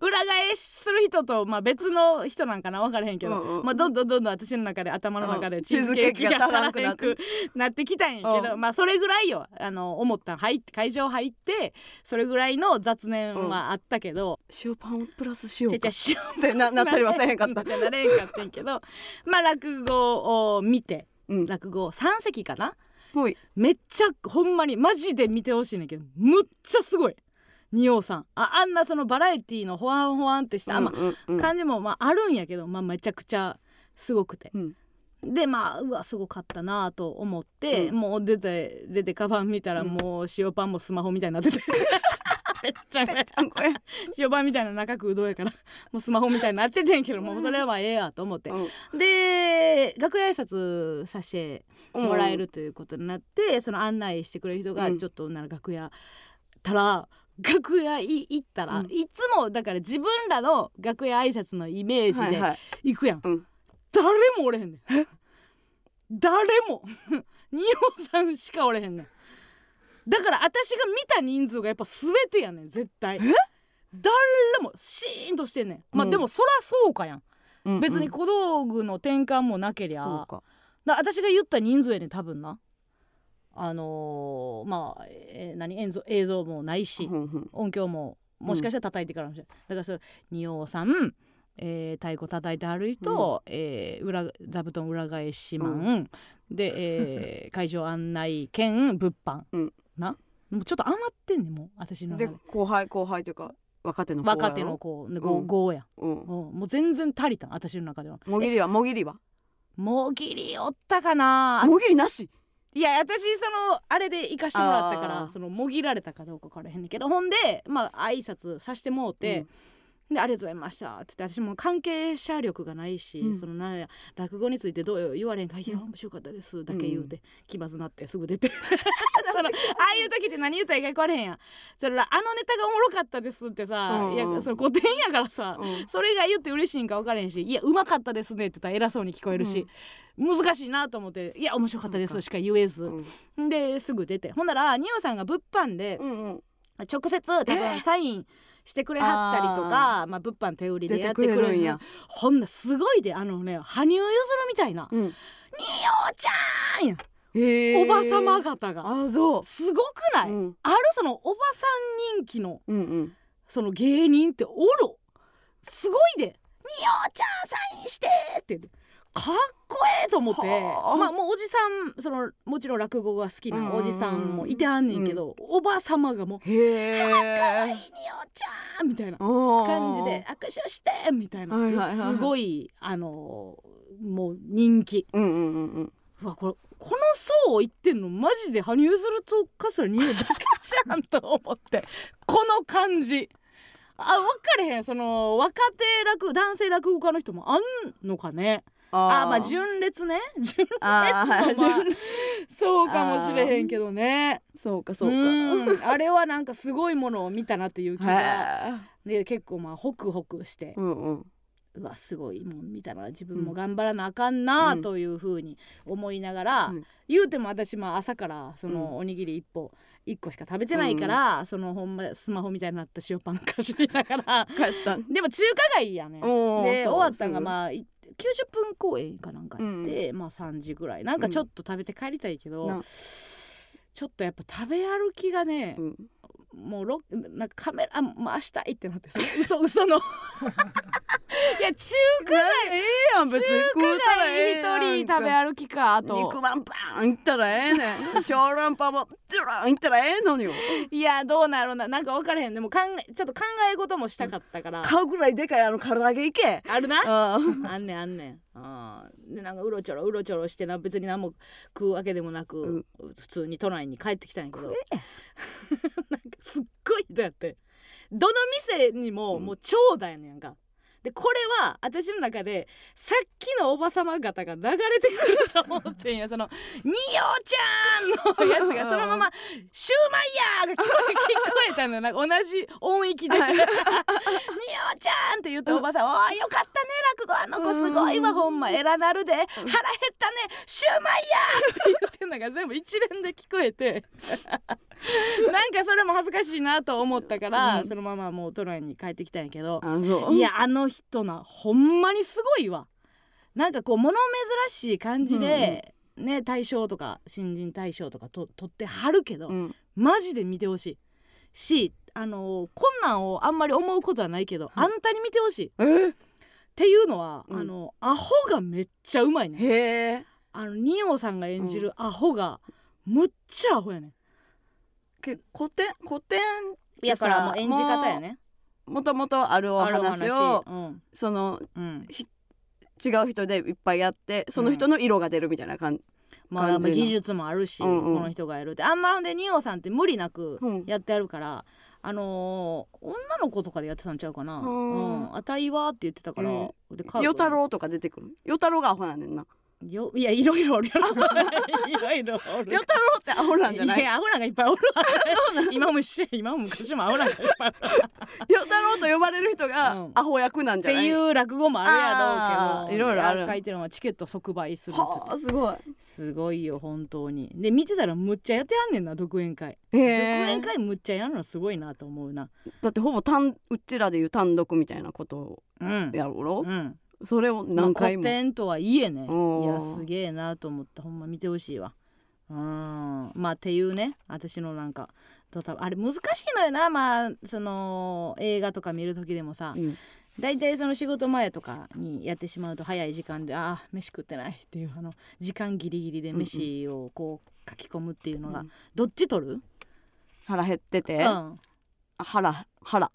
Speaker 2: 裏返しする人と、まあ、別の人なんかな分からへんけど、
Speaker 1: うんうん
Speaker 2: まあ、どんどんどんどん私の中で頭の中
Speaker 1: う
Speaker 2: で
Speaker 1: ん
Speaker 2: チーズケーキが
Speaker 1: チーズケーキ
Speaker 2: 足
Speaker 1: が
Speaker 2: らな
Speaker 1: 足らんくなっ
Speaker 2: くなってきたんやけど、
Speaker 1: うん
Speaker 2: まあそれぐらいよあの思ったん入って会場入ってそれぐらいの雑念はあったけど、
Speaker 1: 塩パンプラス塩
Speaker 2: ちゃち
Speaker 1: か
Speaker 2: ゃ
Speaker 1: っ
Speaker 2: し
Speaker 1: て ななったりはせへんかった
Speaker 2: ななれへんかったんやけ どまあ落語を見て
Speaker 1: うん
Speaker 2: 落語3席かな
Speaker 1: ほい
Speaker 2: めっちゃほんまにマジで見てほしいねんけどむっちゃすごい仁王さんああんなそのバラエティーのほわんほわんってした、あま
Speaker 1: うんうんうん
Speaker 2: あ、感じもまああるんやけど、まあ、めちゃくちゃすごくて
Speaker 1: うん
Speaker 2: でまあうわすごかったなと思って、
Speaker 1: うん
Speaker 2: もう出て出てカバン見たら
Speaker 1: うん
Speaker 2: もう塩パンもスマホみたいになって て。めっちゃね
Speaker 1: あこれ
Speaker 2: 塩パンみたいな中食うどうやから もうスマホみたいになっててんけどもうそれはええやと思ってで楽屋挨拶させてもらえるということになって、その案内してくれる人が
Speaker 1: うん
Speaker 2: ちょっとなら楽屋たら 楽屋い行ったら、
Speaker 1: うん
Speaker 2: いつもだから自分らの楽屋挨拶のイメージ
Speaker 1: はいは
Speaker 2: で
Speaker 1: い
Speaker 2: 行くやん、
Speaker 1: うん
Speaker 2: 誰もおれへんねん誰も二葉さんしかおれへんねんだから私が見た人数がやっぱ全てやねん絶対誰もシーンとしてんねんまあ、
Speaker 1: うん
Speaker 2: でもそらそうかや
Speaker 1: うん
Speaker 2: ん、
Speaker 1: うん
Speaker 2: 別に小道具の転換もなけりゃ
Speaker 1: そうか
Speaker 2: な私が言った人数やねん多分なあのーまあ、えー何映像映像もないし、
Speaker 1: うんうん
Speaker 2: 音響ももしかしたら叩いてからもしれない、だからそれ仁王さん、えー太鼓叩いて歩いと、えー裏座布団裏返しマン、で、え ー会場案内兼物販、
Speaker 1: うん
Speaker 2: なもうちょっと余ってんねんもう私の
Speaker 1: で
Speaker 2: 中で
Speaker 1: 後輩後輩というか若手の方やろ
Speaker 2: 若手のこ
Speaker 1: う
Speaker 2: う
Speaker 1: ん
Speaker 2: 5や、
Speaker 1: うん
Speaker 2: うんもう全然足りたん私の中では
Speaker 1: もぎりはもぎりは
Speaker 2: もぎりおったかな
Speaker 1: もぎりなし
Speaker 2: いいや私そのあれで行かしてもらったか
Speaker 1: あ
Speaker 2: ら
Speaker 1: ー
Speaker 2: そのもぎられたかどうか分からへんねんけどほんでまあ挨拶さしてもうて、で「ありがとうございました」って言って私も関係者力がないし、
Speaker 1: うん
Speaker 2: そのなんや落語についてどうよ言われんか「いや面白かったです」だけ言うて、気まずなってすぐ 出てそのああいう時って何言うたらいいか分からへんやんそれらあのネタがおもろかったですってさ、
Speaker 1: うん
Speaker 2: いやそれ古典やからさ、
Speaker 1: うん
Speaker 2: それが言って嬉しいんか分からへんし「いやうまかったですね」って言ったら偉そうに聞こえるし、難しいなと思って「いや面白かったです」しか言えず、ですぐ出てほんなら二葉さんが物販で
Speaker 1: うんうん
Speaker 2: 直接多分サインしてくれはったりとか、まあ、物販手売りでやってくれ
Speaker 1: 出てくれ
Speaker 2: る
Speaker 1: る
Speaker 2: ん
Speaker 1: ん
Speaker 2: や
Speaker 1: や
Speaker 2: ほんならすごいであのね羽生結弦みたいな「
Speaker 1: うん
Speaker 2: おちゃーんやん」
Speaker 1: へー
Speaker 2: おばさま方が
Speaker 1: あそう
Speaker 2: すごくない、
Speaker 1: うん
Speaker 2: あるそのおばさん人気の
Speaker 1: うんうん
Speaker 2: その芸人っておるすごいで「におちゃんサインして!」ってかっこええと思って
Speaker 1: はあ
Speaker 2: まあもうおじさんそのもちろん落語が好きなおじさんもいてはんねんけど、おばさまがもう
Speaker 1: へえ
Speaker 2: 「におちゃん!」みたいな感
Speaker 1: 感
Speaker 2: じで「握手して!」みたいな、
Speaker 1: はいはいはいはい
Speaker 2: すごいあのもう人気
Speaker 1: うんうんうんうん
Speaker 2: うわこれこの層を言ってんのマジで羽生結弦と桂二葉だけじゃんと思ってこの感じあ分かれへんその若手落男性落語家の人もあんのかねあ
Speaker 1: あ
Speaker 2: まあ純烈ね純
Speaker 1: あー
Speaker 2: 烈の、まあ
Speaker 1: 純、
Speaker 2: そうかもしれへんけどね
Speaker 1: そうかそうか
Speaker 2: うんあれはなんかすごいものを見たなっていう気が
Speaker 1: へー
Speaker 2: で結構まあホクホクして
Speaker 1: うんうん
Speaker 2: うわすごいもん見たな自分も頑張らなあかんなあ
Speaker 1: うん
Speaker 2: というふうに思いながら、
Speaker 1: うん
Speaker 2: 言うても私まあ朝からそうのおにぎり一歩一個しか食べてないから、そのほんまスマホみたいになった塩パンかじりながら
Speaker 1: 帰 ったん
Speaker 2: でも中華街やねん
Speaker 1: おー
Speaker 2: で
Speaker 1: そう
Speaker 2: 終わったんが
Speaker 1: すぐ
Speaker 2: まあい90分公演かなんかやって、まあ3時ぐらいなんかちょっと食べて帰りたいけど、
Speaker 1: な
Speaker 2: ちょっとやっぱ食べ歩きがね、
Speaker 1: うん
Speaker 2: もうロなんかカメラ回したいってな って嘘嘘のいや中華街
Speaker 1: ええやん別に
Speaker 2: 中華街一人食べ
Speaker 1: る
Speaker 2: 歩きかと
Speaker 1: 肉まんバーン行ったらええねん小籠包もジュラン行ったらええのによ
Speaker 2: いやどうなるななんか分からへんでも考えちょっと考え事もしたかったから
Speaker 1: 買うぐらいでかいあの唐揚げいけ
Speaker 2: あるな
Speaker 1: あー
Speaker 2: あんねんあんねんあーでなんかうろちょろうろちょろしてな別に何も食うわけでもなく、普通に都内に帰ってきたんやけどなんか すっごい人やってどの店にももう長蛇やねんかでこれは私の中でさっきのおばさま方が流れてくると思ってんやその「におちゃん!」のやつがそのまま「シューマイや!」が聞こえ聞こえたのよなんか同じ音域で「におちゃん!」って言ったおばさん「おーよかったね落語あの子すごいわほんま偉なるで腹減ったねシューマイや!」って言ってんのが全部一連で聞こえ てなんかそれも恥ずかしいなと思ったから、そのままもうトロイに帰ってきたんやけど。
Speaker 1: あそう
Speaker 2: いやあの人なほんまにすごいわなんかこう物珍しい感じで、ね大賞とか新人大賞とかと取ってはるけど、
Speaker 1: うん
Speaker 2: マジで見てほしいしあのーこんなんをあんまり思うことはないけど、あんたに見てほしいっ
Speaker 1: えー
Speaker 2: ていうのは、
Speaker 1: うん
Speaker 2: あのアホがめっちゃうまいね
Speaker 1: へえ
Speaker 2: あのニオさんが演じるアホがむっちゃアホやね
Speaker 1: け古典古典
Speaker 2: い
Speaker 1: やからもう演じ方や
Speaker 2: ね
Speaker 1: もともとあるお
Speaker 2: あるお
Speaker 1: 話
Speaker 2: 話
Speaker 1: を
Speaker 2: うん
Speaker 1: その
Speaker 2: うん
Speaker 1: 違う人でいっぱいやってその人の色が出るみたいな感じ、
Speaker 2: まあ、
Speaker 1: 感じの
Speaker 2: 技術もあるし、
Speaker 1: うんうん
Speaker 2: この人がやるってあんまほんで二葉さんって無理なく
Speaker 1: うん
Speaker 2: やってやるから、あのー女の子とかでやってたんちゃうかな「
Speaker 1: うん
Speaker 2: うん、あたいは」って言ってたから、
Speaker 1: うん
Speaker 2: でカー
Speaker 1: 与
Speaker 2: ド
Speaker 1: 太郎とか出てくる与太郎がアホなんねんな
Speaker 2: よいやいろいろおるやろいろいろおる
Speaker 1: 与太郎ってアホなんじゃない
Speaker 2: やアホなんかいっぱいおるわ今も一緒や今も昔もアホなんかいっぱいおるわっ
Speaker 1: 与太郎と呼ばれる人
Speaker 2: う
Speaker 1: が
Speaker 2: ん
Speaker 1: アホ役なんじ
Speaker 2: て
Speaker 1: ゃない
Speaker 2: いう落語もあるやろうけど
Speaker 1: あーいろいろある
Speaker 2: 書いてるのはチケット即売するって言って
Speaker 1: はあすごい
Speaker 2: すごいよ本当にで見てたらむっちゃやってはんねんな独演会
Speaker 1: へ
Speaker 2: 独
Speaker 1: え
Speaker 2: 演会むっちゃやるのすごいなと思うな。
Speaker 1: だってほぼ単うちらでいう単独みたいなこと
Speaker 2: うん。
Speaker 1: やろ
Speaker 2: う、ん。
Speaker 1: それを
Speaker 2: まあ
Speaker 1: 何回
Speaker 2: 古
Speaker 1: も、
Speaker 2: 典とはいえね。い
Speaker 1: おー
Speaker 2: やすげえなと思った。ほんま見てほしいわ。うん。まあっていうね私のなんかドタあれ難しいのよなまあその映画とか見る時でもさ。
Speaker 1: うん
Speaker 2: 大体その仕事前とかにやってしまうと早い時間でああ飯食ってないっていうあの時間ギリギリで飯をこう書き込むっていうのが、
Speaker 1: うん
Speaker 2: どっち取る、
Speaker 1: 腹減ってて、
Speaker 2: うん、
Speaker 1: 腹腹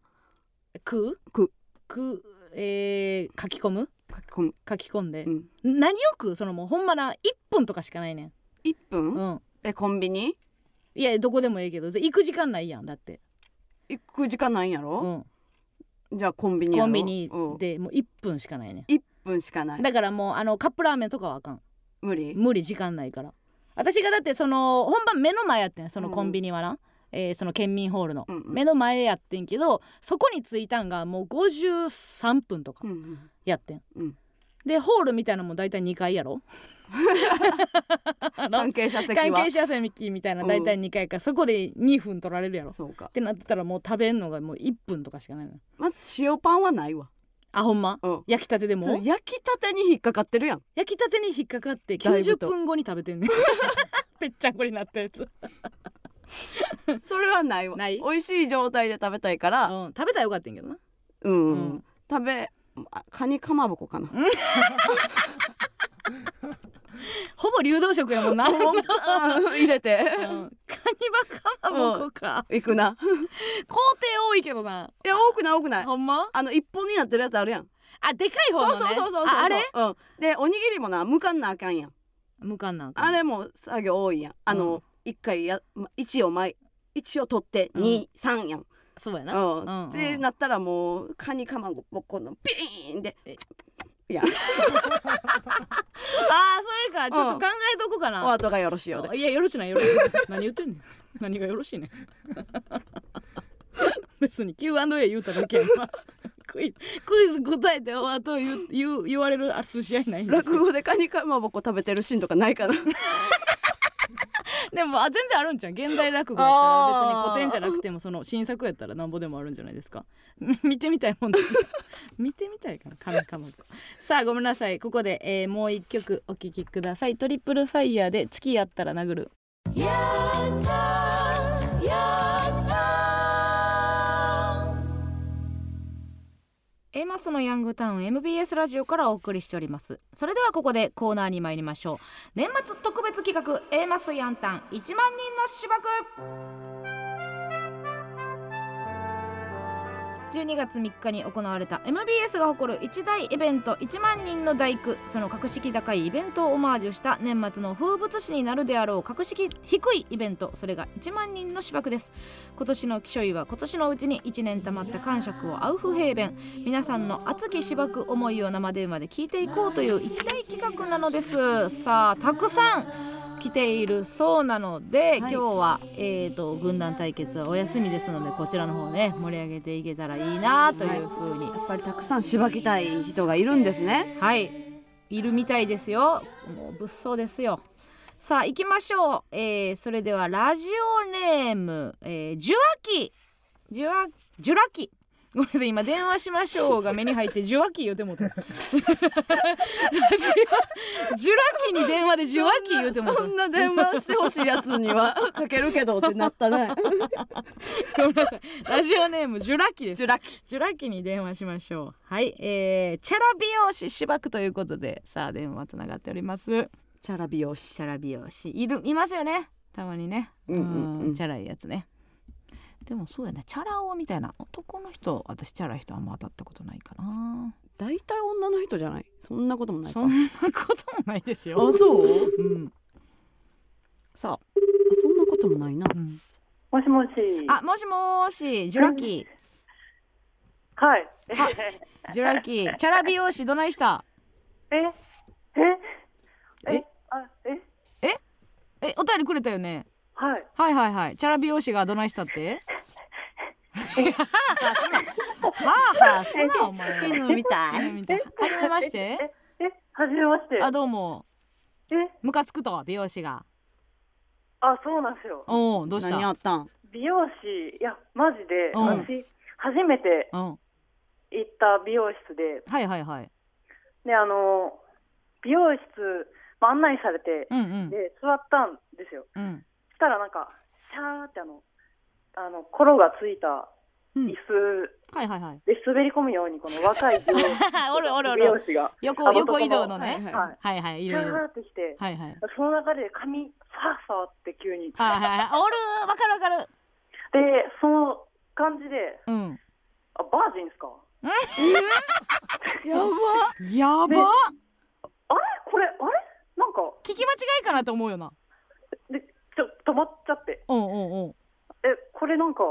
Speaker 2: 食う
Speaker 1: 食う
Speaker 2: 食うえー書き込む
Speaker 1: 書き込む、
Speaker 2: 書き込んで
Speaker 1: う、ん、
Speaker 2: 何を食うそのもうほんまな1分とかしかないねん、
Speaker 1: 1分、
Speaker 2: うん、
Speaker 1: えコンビニ
Speaker 2: いやどこでもええけど行く時間ないやんだって、
Speaker 1: 行く時間ないんや
Speaker 2: う
Speaker 1: ろ、
Speaker 2: ん、
Speaker 1: じゃあコンビニやろ
Speaker 2: コンビニ
Speaker 1: うん、
Speaker 2: でもう1分しかないね
Speaker 1: 1分しかない
Speaker 2: だからもうあのカップラーメンとかはあかん
Speaker 1: 無理
Speaker 2: 無理時間ないから私がだってその本番目の前やってんそのコンビニはな、えーその県民ホールの、
Speaker 1: うんうん
Speaker 2: 目の前やってんけどそこに着いたんがもう53分とか
Speaker 1: うんうん
Speaker 2: やってん、
Speaker 1: うん
Speaker 2: でホールみたいなのも大体2階やろあの
Speaker 1: 関係者席は
Speaker 2: 関係者席みたいな大体2回か、そこで2分取られるやろっ
Speaker 1: そうか
Speaker 2: てなってたらもう食べんのがもう1分とかしかないのよ
Speaker 1: まず塩パンはないわ
Speaker 2: あほんま
Speaker 1: うん
Speaker 2: 焼きたてでも
Speaker 1: そう焼きたてに引っかかってるやん
Speaker 2: 焼きたてに引っかかって
Speaker 1: だいぶ
Speaker 2: 90
Speaker 1: と
Speaker 2: 分後に食べてん ねんぺっちゃんこになったやつ、
Speaker 1: それはないわ
Speaker 2: ない
Speaker 1: 美味しい状態で食べたいか
Speaker 2: う
Speaker 1: ら
Speaker 2: ん、食べたらよかったんやけどな
Speaker 1: うん、
Speaker 2: うん
Speaker 1: 食べあカニかまぼこかな
Speaker 2: ほぼ流動食やもんな、うん、カニ
Speaker 1: うん入れて
Speaker 2: バカまぼこか、
Speaker 1: 行くな
Speaker 2: 工程多いけどない
Speaker 1: や多くない多くない
Speaker 2: ほんま
Speaker 1: あの一本になってるやつあるやん
Speaker 2: あでかい方
Speaker 1: そう
Speaker 2: のね
Speaker 1: そうそうそうそう
Speaker 2: ああれ
Speaker 1: うんでおにぎりもなむかんなあかんやん
Speaker 2: 無感なんか
Speaker 1: あれも作業多いやんあ
Speaker 2: うん
Speaker 1: の一、回やま一を前一を取って
Speaker 2: うん
Speaker 1: 二三やん
Speaker 2: そうやな、
Speaker 1: うん
Speaker 2: うん
Speaker 1: ってなったらもうカニかまぼっこのピーンで
Speaker 2: え
Speaker 1: いや
Speaker 2: あーそれかちょっと考えとこうかな
Speaker 1: お後がよろしいようで
Speaker 2: いやよろしないよろしい 何言ってんねん何がよろしいねん 別に Q&A 言うただけやん なクイクイズ答えてあと言う言う言われるあ筋合いないんです
Speaker 1: 落語でカニかまぼこ食べてるシーンとかないかな
Speaker 2: でもあ全然あるんじゃん現代落語やったら別に古典じゃなくてもその新作やったらなんぼでもあるんじゃないですか 見てみたいもんだ 見てみたいかな神かまぼこさあごめんなさいここで、えーもう一曲お聴きくださいトリプルファイヤーで月やったら殴るエマスのヤングタウン MBS ラジオからお送りしておりますそれではここでコーナーに参りましょう年末特別企画エマスヤンタン1万人の芝12月3日に行われた MBS が誇る一大イベント1万人の大工その格式高いイベントをオマージュした年末の風物詩になるであろう格式低いイベントそれが1万人の芝生です今年の気象医は今年のうちに1年たまった感触を合う不平弁皆さんの熱き芝生思いを生電話で聞いていこうという一大企画なのですさあたくさん来ているそうなので、今日は、えー、と軍団対決はお休みですのでこちらの方ね盛り上げていけたらいいなというふうに
Speaker 1: やっぱりたくさんしばきたい人がいるんですね
Speaker 2: はい、いるみたいですよ。もう物騒ですよ。さあ行きましょう。えーそれではラジオネーム、えー、ジュアキ、ジュアジュラキ。ごめんなさい今電話しましょうが目に入ってジュアキ言うてもうた。ラジ オジュラキに電話でジュアキ言うてもうた。
Speaker 1: そんな電話してほしいやつに はかけるけどってなったね
Speaker 2: ごめんなさいラジオネームジュラキです。
Speaker 1: ジュラキ
Speaker 2: ジュラキに電話しましょう。はい、えー、チャラ美容師しばくということでさあ電話つながっております。
Speaker 1: チャラ美容師
Speaker 2: チャラ美容師いるいますよねたまにね、
Speaker 1: うんうんうん
Speaker 2: チャラいやつねでもそうやねチャラ男みたいな男の人私チャラい人あんま当たったことないかな
Speaker 1: 大体女の人じゃないそんなこともないか
Speaker 2: そんなこともないですよ、
Speaker 1: あそう
Speaker 2: うん、そ
Speaker 1: あそんなこともないな
Speaker 2: う、うん、
Speaker 4: もしもし。
Speaker 2: あもしもーしジュラキ
Speaker 4: はい。
Speaker 2: ジュラキチャラ美容師どないした
Speaker 4: え、え、え、
Speaker 2: え
Speaker 4: あ、え、
Speaker 2: えお便りくれたよね
Speaker 4: はい。
Speaker 2: はいはいはいチャラ美容師がどないしたって はあはあすなお前は
Speaker 1: 犬みたい
Speaker 2: みたいなはじめまして
Speaker 4: え、はじめまして。
Speaker 2: あどうも
Speaker 4: え、
Speaker 2: ムカつくと美容師が
Speaker 4: あ、そうなんですよ。
Speaker 2: おおどうした
Speaker 1: 何あったん
Speaker 4: 美容師、いや、マジで、
Speaker 2: うん
Speaker 4: 私、初めて
Speaker 2: うん
Speaker 4: 行った美容室で、
Speaker 2: はいはいはい
Speaker 4: で、あの、美容室、まあ案内されて、
Speaker 2: うんうん
Speaker 4: で、座ったんですよ。
Speaker 2: うん
Speaker 4: したらなんか、シャーってあの、あの、コロがついた
Speaker 1: うん
Speaker 4: 椅子
Speaker 2: はいはいはい
Speaker 4: で滑り込むように、この若い美容
Speaker 2: おるおるお
Speaker 4: 美容
Speaker 2: る
Speaker 4: 師が、
Speaker 2: 横
Speaker 4: あ
Speaker 2: 横移動の
Speaker 1: はいは
Speaker 2: ね
Speaker 1: い
Speaker 4: はい。
Speaker 2: はいはいい
Speaker 4: シャ
Speaker 2: ろいろ
Speaker 4: ーってきて、
Speaker 2: はいはい
Speaker 4: その中で髪さあさあって急に。
Speaker 2: はいはいはいおるわかるわかる
Speaker 4: で、その感じで、
Speaker 2: うん
Speaker 4: あ、バージンですか
Speaker 1: やば
Speaker 2: やば
Speaker 4: ねあれこれ、あれなんか、
Speaker 2: 聞き間違いかなと思うよな
Speaker 4: で、ちょ、止まっちゃって
Speaker 2: おうんうんうん
Speaker 4: えこれなんか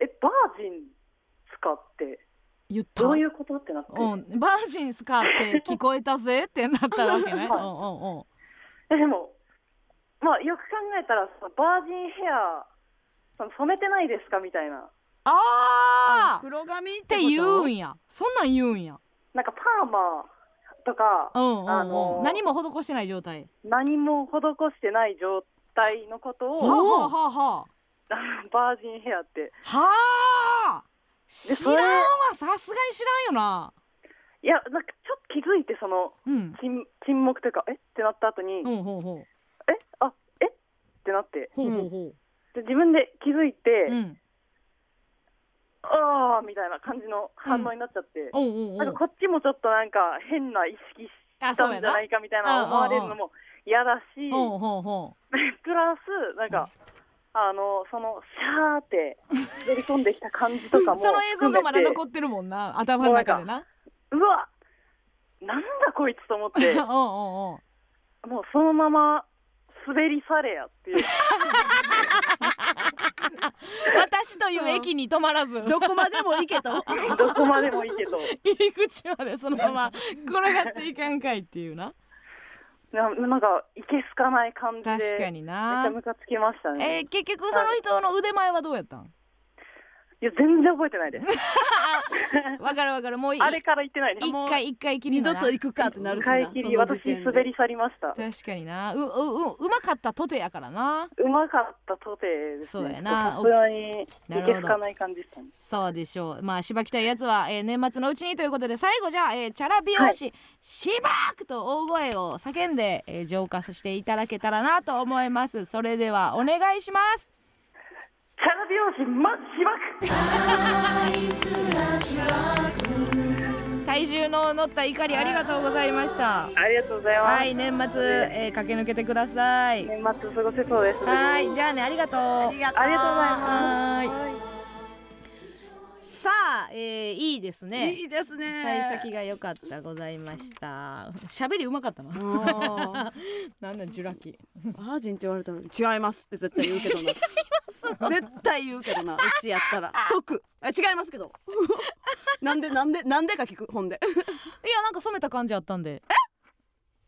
Speaker 4: えバージン使って
Speaker 2: 言った
Speaker 4: どういうことってなって、
Speaker 2: うん、バージンスかって聞こえたぜってなったわけね。うんうんうん
Speaker 4: えでもまあよく考えたらそのバージンヘアその染めてないですかみたいな
Speaker 2: あーっ
Speaker 1: 黒髪って
Speaker 2: て
Speaker 1: 言
Speaker 2: 言う
Speaker 1: うん
Speaker 2: やそんなん言うんや
Speaker 4: なんかパーマとか
Speaker 2: うんうんうん、
Speaker 4: あのー
Speaker 2: 何も施してない状態
Speaker 4: 何も施してない状態のこと
Speaker 2: は
Speaker 4: を
Speaker 2: あ、はあはあは
Speaker 4: バージンヘアって
Speaker 2: あはあ知らんわさすがに知らんよない
Speaker 4: やなんかちょっと気づいてその
Speaker 2: うん
Speaker 4: 沈沈黙というかえってなった後に、
Speaker 2: うんほうほう
Speaker 4: えあえってなって
Speaker 2: ほうほうほ
Speaker 4: で自分で気づいて、
Speaker 2: ううん
Speaker 4: ああみたいな感じの反応になっちゃって、
Speaker 2: おうおうお
Speaker 4: なん
Speaker 2: う
Speaker 4: かこっちもちょっとなんか変な意識し
Speaker 2: あ
Speaker 4: た
Speaker 2: そうんや
Speaker 4: じゃ
Speaker 2: な
Speaker 4: ないかみたいな思われるのも嫌だし、
Speaker 2: ほうほうほう
Speaker 4: プラスなんかあのそのシャーって乗り込んできた感じとかも
Speaker 2: その映像がまだ
Speaker 4: 含めて
Speaker 2: 残ってるもんな頭の中でな
Speaker 4: うわなんだこいつと思っ
Speaker 2: お
Speaker 4: て
Speaker 2: うおうおう
Speaker 4: もうそのまま滑り去れやっていう
Speaker 2: 私という駅に止まらず
Speaker 1: どこまでも行けと
Speaker 4: どこまでもいいけど
Speaker 2: 入り口までそのまま転がっていかんかいっていうな
Speaker 4: ななんかいけすかない感じで
Speaker 2: 確かに
Speaker 4: めっ
Speaker 2: な
Speaker 4: ちゃムカつきましたね、
Speaker 2: えー、結局その人の腕前はどうやったん
Speaker 4: いや全然覚えてないです
Speaker 2: わかるわかるもうい
Speaker 4: あれから言ってないです
Speaker 2: 一
Speaker 1: もう
Speaker 2: 回一回き り
Speaker 1: 二
Speaker 2: の
Speaker 1: 度
Speaker 2: な
Speaker 1: と行くかってなるしな
Speaker 4: 買い切り
Speaker 1: その時
Speaker 4: 私
Speaker 1: 点で
Speaker 4: 滑り去りました
Speaker 2: 確かになううううまかったとてやからな
Speaker 4: うまかったとてですね
Speaker 2: そうやな
Speaker 4: さすがにい
Speaker 2: なるほど
Speaker 4: けすかない感じでしたね
Speaker 2: そうでしょうまあしばきたいやつは、えー年末のうちにということで最後じゃあ、えーチャラ美容師、しばーくと大声を叫んで、えー浄化していただけたらなと思いますそれではお願いします
Speaker 4: チャラ美容師マッチバック
Speaker 2: 体重の乗った怒りありがとうございました
Speaker 4: ありがとうございます。
Speaker 2: はい年末、えー駆け抜けてください
Speaker 4: 年末過ごせそうです。
Speaker 2: はいじゃあねありがとう
Speaker 1: ありがとう
Speaker 4: ありがとうございます。
Speaker 2: はーいさあ、えー、いいですね
Speaker 1: いいですね
Speaker 2: 幸先が良かったございました喋りうまかったな
Speaker 1: うんバ
Speaker 2: なんなんジュラキ
Speaker 1: ージンって言われたのに違いますって絶対言うけどな絶対言うけどなうちやっ たら即あ違いますけど なんでなんでなんでか聞くほんで
Speaker 2: いやなんか染めた感じあったんで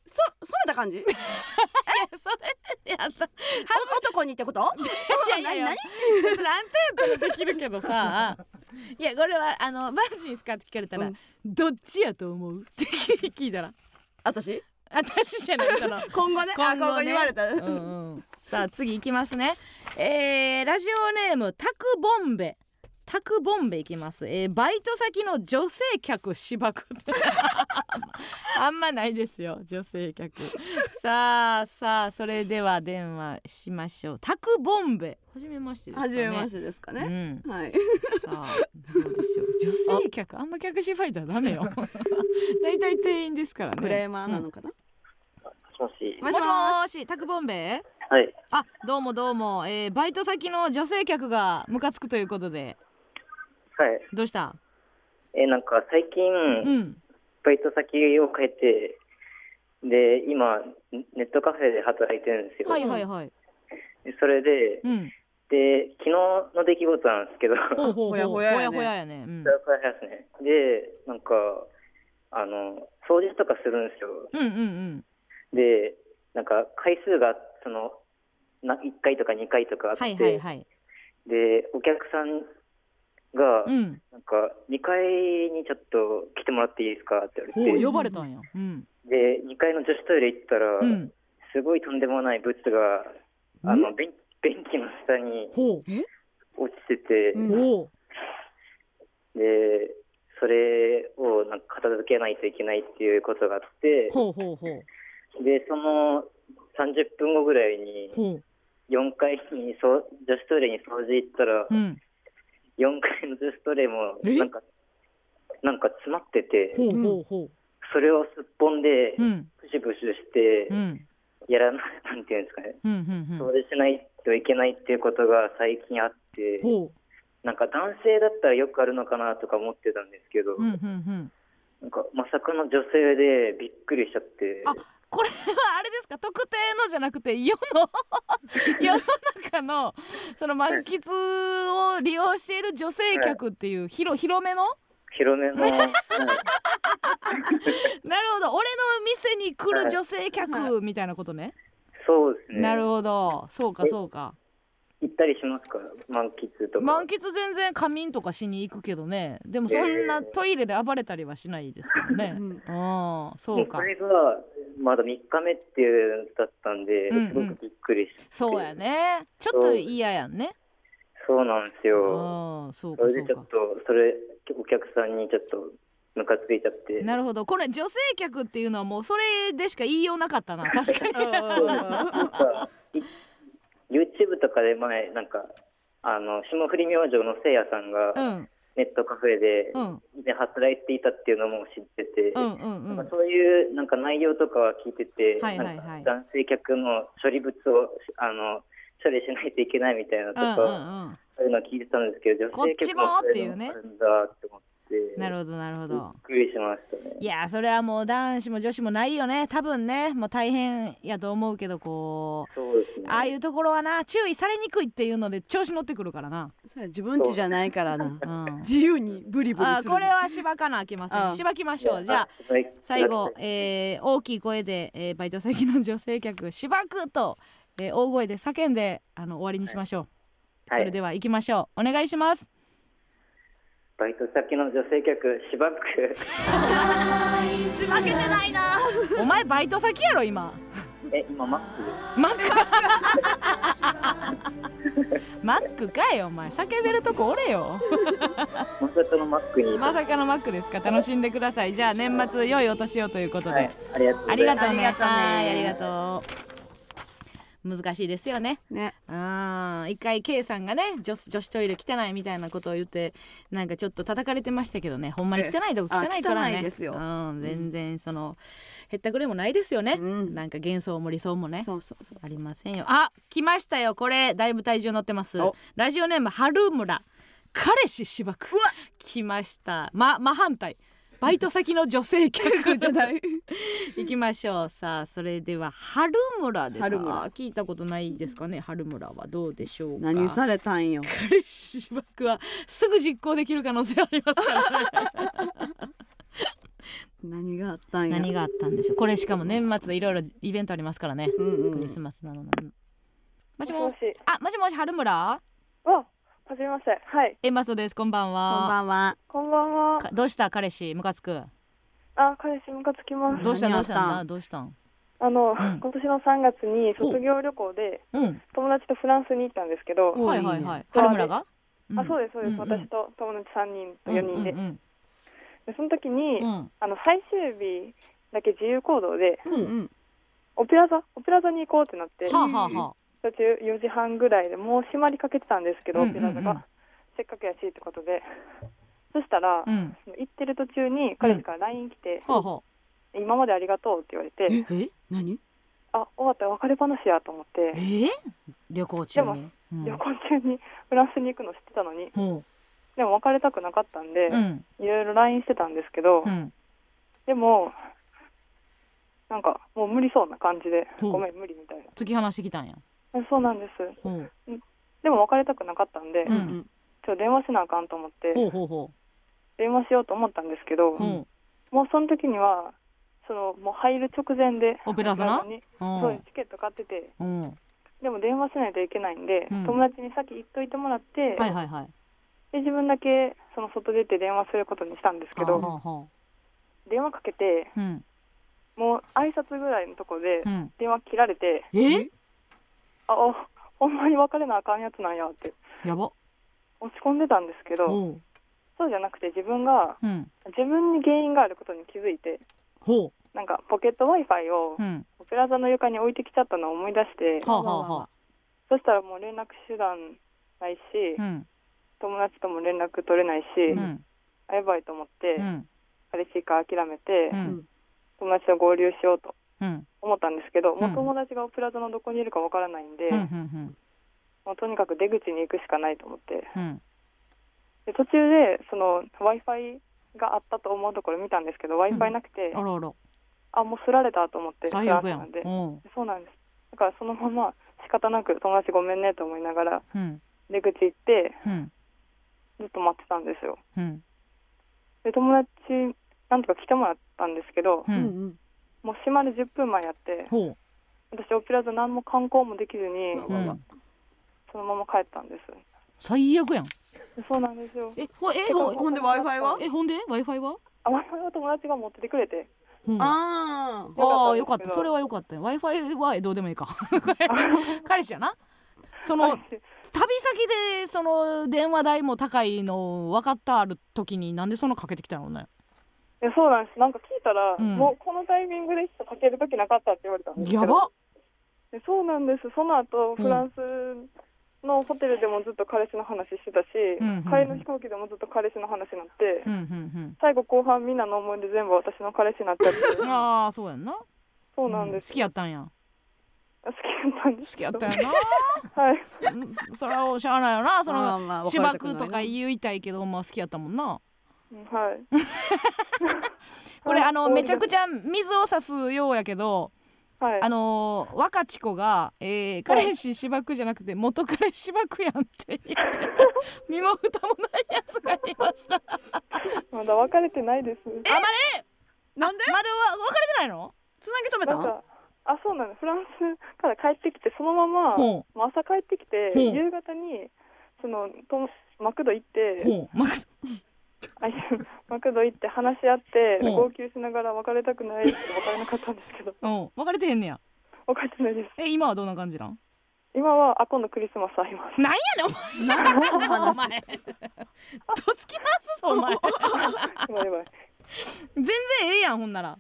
Speaker 1: そ染めた感 じ
Speaker 2: それ やった
Speaker 1: お男にってこと
Speaker 2: いやいやいやそれアンテープでできるけど さいやこれはあのバージンですかって聞かれたら、
Speaker 1: うん
Speaker 2: どっちやと思うって聞いたら
Speaker 1: 私
Speaker 2: 私じゃないその
Speaker 1: 今後ねあ今後言われた、
Speaker 2: うんうん、さあ次いきますねえー、ラジオネームタクボンベタクボンベいきます、えー、バイト先の女性客芝く あんまないですよ女性客さあさあそれでは電話しましょうタクボンベはじめましてですか
Speaker 1: 初
Speaker 2: ね
Speaker 1: めましてですかね、
Speaker 2: うん、
Speaker 1: はい
Speaker 2: さあどうでしょう女性客あんま客芝居たらダメよ 大体店員ですからね
Speaker 1: クレーマーなのかな、
Speaker 4: もしもし。
Speaker 2: もしもーしタクボンベ
Speaker 4: はい。
Speaker 2: あどうもどうも、えー、バイト先の女性客がムカつくということで
Speaker 5: はい。
Speaker 2: どうした
Speaker 5: えーなんか最近、
Speaker 2: うん
Speaker 5: バイト先を変えて、で、今、ネットカフェで働いてるんですよ。
Speaker 2: はいはいはい
Speaker 5: でそれで、
Speaker 2: うん
Speaker 5: で、昨日の出来事なんですけど、
Speaker 2: ほうほう
Speaker 1: ほやほ
Speaker 2: ほ
Speaker 1: や
Speaker 2: や
Speaker 1: やね
Speaker 2: ほややねうん
Speaker 5: それはこれですね。で、なんか、あの、掃除とかするんですよ。
Speaker 2: うんうん
Speaker 5: で、なんか、回数が、その、な1回とか2回とかあ
Speaker 2: うん
Speaker 5: って、
Speaker 2: はいはいはい
Speaker 5: で、お客さんが、
Speaker 2: うん
Speaker 5: なんか、2階にちょっと来てもらっていいですかって
Speaker 2: ほ
Speaker 5: 言われ
Speaker 2: う
Speaker 5: て、
Speaker 2: 呼ばれたんやうん
Speaker 5: で、2階の女子トイレ行ったら、
Speaker 2: うん
Speaker 5: すごいとんでもない物が、あの、便便器の下に
Speaker 2: ほう
Speaker 5: 落ちてて、
Speaker 1: うん
Speaker 2: ほう
Speaker 5: で、それをなんか片付けないといけないっていうことがあって、
Speaker 2: ほうほうほう
Speaker 5: で、その30分後ぐらいに、
Speaker 2: ほう
Speaker 5: 4階にそう女子トイレに掃除行ったら、
Speaker 2: うん
Speaker 5: 4階の女子トイレも、
Speaker 2: え
Speaker 5: なんか、なんか詰まってて、
Speaker 2: ほうほうほ
Speaker 5: それをすっぽんで
Speaker 2: うう、ん
Speaker 5: ブシブシして
Speaker 2: う、ん
Speaker 5: やらない、 なんていうんですかね、
Speaker 2: うんうんう
Speaker 5: 掃
Speaker 2: ん
Speaker 5: 除しないといけないっていうことが最近あって、
Speaker 2: ほ
Speaker 5: なんか男性だったらよくあるのかなとか思ってたんですけど、
Speaker 2: ううんうんうん
Speaker 5: なんかまさかの女性でびっくりしちゃって、
Speaker 2: あここれはあれですか 特定のじゃなくて世 の世の中のその満喫を利用している女性客っていう広広めの
Speaker 5: 広めの、はい
Speaker 2: なるほど俺の店に来る女性客みたいなことね、
Speaker 5: そうですね
Speaker 2: なるほどそうかそうか
Speaker 5: 行ったりしますか満喫とか
Speaker 2: 満喫全然仮眠とかしに行くけどねでもそんなトイレで暴れたりはしないですけどね、
Speaker 1: うん
Speaker 2: ああそ
Speaker 5: も
Speaker 2: う
Speaker 5: う
Speaker 2: か
Speaker 5: これがまだ3日目っていうだったんで、
Speaker 2: うんうん
Speaker 5: すごくびっくりして
Speaker 2: そうやねちょっと嫌やんね
Speaker 5: そうなんですよ
Speaker 2: ああそう
Speaker 5: そ
Speaker 2: か
Speaker 5: れ
Speaker 2: そ
Speaker 5: で
Speaker 2: う
Speaker 5: ちょ
Speaker 2: か
Speaker 5: っとそれお客さんにちょっとムカついちゃって
Speaker 2: なるほどこれ女性客っていうのはもうそれでしか言いようなかった な確かに
Speaker 5: なんかい YouTube とかで前なんかあの霜降り明星のせいやさん
Speaker 2: う
Speaker 5: が
Speaker 2: ん
Speaker 5: ネットカフェで
Speaker 2: うん
Speaker 5: 以前働いていたっていうのも知ってて、
Speaker 2: うんうんう
Speaker 5: なん
Speaker 2: ん
Speaker 5: かそういうなんか内容とかは聞いてて、
Speaker 2: はいはいはい
Speaker 5: なんか男性客の処理物をあの処理しないといけないみたいなと
Speaker 2: うん
Speaker 5: か、
Speaker 2: うんうん
Speaker 5: そういうの聞いてたんですけど
Speaker 2: こ
Speaker 5: 女性
Speaker 2: っち
Speaker 5: 客
Speaker 2: も
Speaker 5: もそういう
Speaker 2: っていう
Speaker 5: の
Speaker 2: ね
Speaker 5: もあるんだって思って
Speaker 2: なるほどなるほど
Speaker 5: びっくりしましたね
Speaker 2: いやーそれはもう男子も女子もないよね多分ねもう大変やと思うけどこ
Speaker 5: そうです
Speaker 2: う
Speaker 5: ね
Speaker 2: ああいうところはな注意されにくいっていうので調子乗ってくるからな、
Speaker 1: それは自分家じゃないからな
Speaker 2: うん、 あ
Speaker 1: 自由にブリブリす
Speaker 2: ー
Speaker 1: る
Speaker 2: これはしばかなあきませ
Speaker 1: あ
Speaker 2: ん
Speaker 1: ー
Speaker 2: しばきましょうじゃあ
Speaker 5: はい
Speaker 2: 最後、えー大きい声で、えーバイト先の女性客しばくと、えー大声で叫んであの終わりにしましょう、
Speaker 5: はい
Speaker 2: それでは行きましょうお願いします
Speaker 5: バイト先の女性客しばく
Speaker 1: 負けてないな
Speaker 2: お前バイト先やろ今
Speaker 5: え今マックで
Speaker 2: マックマックかいお前叫べるとこおれよ
Speaker 5: まさとのマックにいた
Speaker 2: まさかのマックですか楽しんでくださいじゃあ年末良いお年をということで、
Speaker 5: はいありがとうござ
Speaker 2: あ
Speaker 5: い
Speaker 2: り
Speaker 5: ます
Speaker 2: がとうね
Speaker 1: ありがとうね
Speaker 2: はいありがとう難しいですよね
Speaker 1: ね
Speaker 2: あー一回 K さんがね女子女子トイレ汚いみたいなことを言ってなんかちょっと叩かれてましたけどねほんまに汚いとこ汚いからね、
Speaker 1: ええあ汚いですよ
Speaker 2: うん、全然そのへったくれもないですよね、
Speaker 1: うん
Speaker 2: なんか幻想も理想もね
Speaker 1: そうそうそう
Speaker 2: ありませんよあ来ましたよこれだいぶ体重乗ってます
Speaker 1: お
Speaker 2: ラジオネーム春村彼氏しばく来ましたま真反対バイト先の女性客じゃない行きましょうさあそれでは春村です
Speaker 1: 春村
Speaker 2: あ聞いたことないですかね春村はどうでしょうか
Speaker 1: 何されたん よ
Speaker 2: 彼氏しばくはすぐ実行できる可能性ありますからね
Speaker 1: 何があったんや
Speaker 2: 何があったんでしょうこれしかも年末いろいろイベントありますからね、
Speaker 1: うんうん
Speaker 2: クリスマスなのにもしもし
Speaker 4: もし
Speaker 2: あもしもし春村
Speaker 4: あ、はじめまして。はい、
Speaker 2: エマソですこんばん
Speaker 1: こんば
Speaker 2: は
Speaker 1: んは
Speaker 4: こんばんは。
Speaker 2: かどうした彼氏ムカつく
Speaker 4: あ、彼氏ムカつきます。
Speaker 2: どうしたん
Speaker 1: 何あ
Speaker 2: どう
Speaker 1: っ
Speaker 2: した
Speaker 1: ん
Speaker 2: たんなどうしたん
Speaker 4: あの、
Speaker 2: ん
Speaker 4: 今年の3月に卒業旅行で
Speaker 2: うん
Speaker 4: 友達とフランスに行ったんですけど、
Speaker 1: お
Speaker 2: はいはいはい
Speaker 1: いいね
Speaker 2: 春村が
Speaker 4: あ、そうですそうで
Speaker 2: う
Speaker 4: す。
Speaker 2: んうん
Speaker 4: 私と友達3人と4人で、
Speaker 2: うんうん
Speaker 4: でその時に、
Speaker 2: うんうん
Speaker 4: あの最終日だけ自由行動で
Speaker 1: うんうん
Speaker 4: オペラ座オペラ座に行こうってなって、
Speaker 2: はあはあは
Speaker 4: 途中4時半ぐらいでもう閉まりかけてたんですけど、
Speaker 2: うんうんうん
Speaker 4: オペラ座がせっかくやしってことで、そしたら、
Speaker 2: あうん
Speaker 4: 行ってる途中に彼氏から LINE 来て、
Speaker 2: はあは
Speaker 4: 今までありがとうって言われて。
Speaker 2: あえ
Speaker 1: 何
Speaker 4: あ終わった別れ話やと思って
Speaker 2: え旅行中にうん
Speaker 4: 旅行中にフランスに行くの知ってたのに
Speaker 2: ほ
Speaker 4: でも別れたくなかったんで
Speaker 2: ううん
Speaker 4: いろいろ LINE してたんですけど
Speaker 2: うん
Speaker 4: でもなんかもう無理そうな感じで
Speaker 2: うん
Speaker 4: ごめん無理みたい
Speaker 2: 突き放してきたんや
Speaker 4: なそうなんです
Speaker 2: ほう
Speaker 4: でも別れたくなかったんで
Speaker 2: う
Speaker 1: うんんうん
Speaker 4: ちょっと電話しなあかんと思って
Speaker 2: ほうほうほ
Speaker 4: 電話しようと思ったんですけど
Speaker 2: うほ
Speaker 4: もうその時にはそのもう入る直前で
Speaker 2: オペラ座な
Speaker 4: なのに
Speaker 2: う
Speaker 4: そう
Speaker 2: ほ
Speaker 4: チケット買ってて
Speaker 2: ううんは
Speaker 4: でも電話しないといけないんで
Speaker 2: うん
Speaker 4: 友達に先行っといてもらって
Speaker 2: いはいはい
Speaker 4: で自分だけその外出て電話することにしたんですけ
Speaker 2: はあ
Speaker 4: ど
Speaker 2: はあは
Speaker 4: 電話かけて
Speaker 2: あうん
Speaker 4: もう挨拶ぐらいのとこで
Speaker 2: うん
Speaker 4: 電話切られて、
Speaker 2: え
Speaker 4: ああほんまに別れなあかんやつなんやって
Speaker 2: やば
Speaker 4: 落ち込んでたんですけど
Speaker 2: ほう
Speaker 4: そうじゃなくて自分が
Speaker 2: うん
Speaker 4: 自分に原因があることに気づいて
Speaker 2: ほ
Speaker 4: なんかポケット w i f i を
Speaker 2: ううん
Speaker 4: オペラ座の床に置いてきちゃったのを思い出して
Speaker 2: はあはあはあ
Speaker 4: そしたらもう連絡手段ないし
Speaker 2: うん
Speaker 4: 友達とも連絡取れないし、
Speaker 2: うん
Speaker 4: あやばいと思って、
Speaker 2: うん
Speaker 4: 彼氏か諦めて、
Speaker 2: うん
Speaker 4: 友達と合流しようと
Speaker 2: うん
Speaker 4: 思ったんですけど、も
Speaker 2: うん
Speaker 4: う友達がオペラ座のどこにいるかわからないんで、
Speaker 2: うんうん
Speaker 4: もうとにかく出口に行くしかないと思って
Speaker 2: うん
Speaker 4: で途中でその w i f i があったと思うところ見たんですけど w i f i なくて、
Speaker 2: あらあら
Speaker 4: あもうすられたと思って
Speaker 2: 最悪や
Speaker 4: 幸せなんんで
Speaker 2: うん
Speaker 4: そうなんですだからそのまま仕方なく友達ごめんねと思いながら
Speaker 2: うん
Speaker 4: 出口行って
Speaker 2: うん
Speaker 4: ずっと待ってたんですよ
Speaker 2: うん
Speaker 4: で友達なんとか来てもらったんですけど
Speaker 1: う
Speaker 2: う
Speaker 1: ん
Speaker 2: ん
Speaker 1: うん
Speaker 4: もう閉まる10分前やって
Speaker 2: ほう
Speaker 4: 私オペラ座何も観光もできずに
Speaker 1: う
Speaker 2: う
Speaker 1: わ
Speaker 2: ん
Speaker 4: そのまま帰ったんです
Speaker 2: 最悪やん
Speaker 4: でそうなんですよ
Speaker 2: えほえ
Speaker 1: えほ
Speaker 2: ほ
Speaker 1: ほんで Wi-Fi は
Speaker 2: えほんで Wi-Fi は
Speaker 4: あまり友達が持っててくれて
Speaker 2: うん
Speaker 1: あー
Speaker 2: ああよ
Speaker 4: よ
Speaker 2: か
Speaker 4: か
Speaker 2: っ
Speaker 4: ったたんですけど
Speaker 2: それはよかったよ Wi-Fi はどうでもいい か彼氏やなその
Speaker 4: あ
Speaker 2: 旅先でその電話代も高いの分かったある時になんでそんなかけてきたのね
Speaker 4: えそうなんですなんか聞いたら、
Speaker 2: うん
Speaker 4: もうこのタイミングでしかかける時なかったって言われたんですけど
Speaker 2: やば
Speaker 4: でそうなんですその後
Speaker 2: うん
Speaker 4: フランスのホテルでもずっと彼氏の話してたし、
Speaker 2: うんうんうん
Speaker 4: 帰りの飛行機でもずっと彼氏の話になって、
Speaker 2: うんうん
Speaker 4: 最後後半みんなの思い出全部私の彼氏になっちゃって
Speaker 2: うんああそうやんな
Speaker 4: そうなん
Speaker 2: うん
Speaker 4: で
Speaker 2: 好
Speaker 4: す、
Speaker 2: きやったんや
Speaker 4: 好きだったんで
Speaker 2: 好
Speaker 4: す
Speaker 2: き
Speaker 4: け
Speaker 2: やっ
Speaker 4: ど
Speaker 2: たんや
Speaker 4: はい
Speaker 2: な うんそれはしゃあないよなそ
Speaker 1: ま
Speaker 2: の
Speaker 1: あまあ別れ
Speaker 2: 芝
Speaker 1: たくない
Speaker 2: 生
Speaker 1: な
Speaker 2: とか言いたいけどまあ好きやったもんな
Speaker 4: うんはい
Speaker 2: これあの
Speaker 4: うん
Speaker 2: めちゃくちゃ水を差すようやけど
Speaker 4: はい
Speaker 2: あのー若智子が、えー彼氏芝生じゃなくて元彼芝生やんって言って身も蓋もないやつがいま したあ
Speaker 4: まだ別れてないです
Speaker 1: なんで
Speaker 2: 丸は別れてないの
Speaker 1: つなぎ止め
Speaker 4: な
Speaker 1: た
Speaker 4: ん
Speaker 1: ん
Speaker 4: かあそうなんですフランスから帰ってきてそのままも
Speaker 2: ほ
Speaker 4: う朝帰ってきて
Speaker 2: ほう
Speaker 4: 夕方にそのとマクド行って
Speaker 2: うほうマク
Speaker 4: あいやマクド行って話し合って
Speaker 2: うん
Speaker 4: 号泣しながら別れたくないって別れなかったんですけど
Speaker 2: うん別れてへんねや
Speaker 4: 別れてないです
Speaker 2: え今はどんな感じなん
Speaker 4: 今はあ今度クリスマスあ ります
Speaker 2: なんやねんお前お前とつきますお 前
Speaker 4: やばいやばい
Speaker 2: 全然ええやんほんなら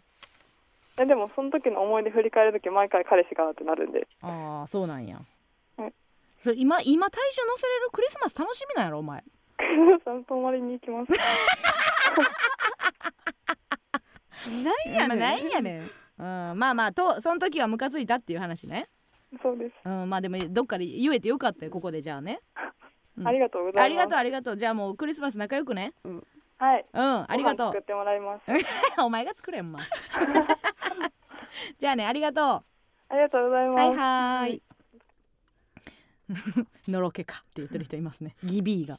Speaker 4: えでもその時の思い出振り返る時毎回彼氏がってなるんで
Speaker 2: ああそうなんや
Speaker 4: はい
Speaker 2: それ今今大象乗せれるクリスマス楽しみなんやろお前
Speaker 4: クリスマスさん泊まりに行 きます
Speaker 1: なんやねん
Speaker 2: なんやねん、うん、まあまあとその時はムカついたっていう話ね
Speaker 4: そうです、
Speaker 2: うん、まあでもどっかで言えてよかったよここでじゃあねうん
Speaker 4: ありがとうござ
Speaker 2: あ
Speaker 4: い
Speaker 2: り
Speaker 4: ます
Speaker 2: がとうありがとうじゃあもうクリスマス仲良くね
Speaker 4: はい
Speaker 2: うんありがと
Speaker 4: ご飯作ってもらいます
Speaker 2: う お前が作れんまじゃあねありがと
Speaker 4: ありがとうございうます、
Speaker 2: はいはーい のろけかって言ってる人いますねギビーが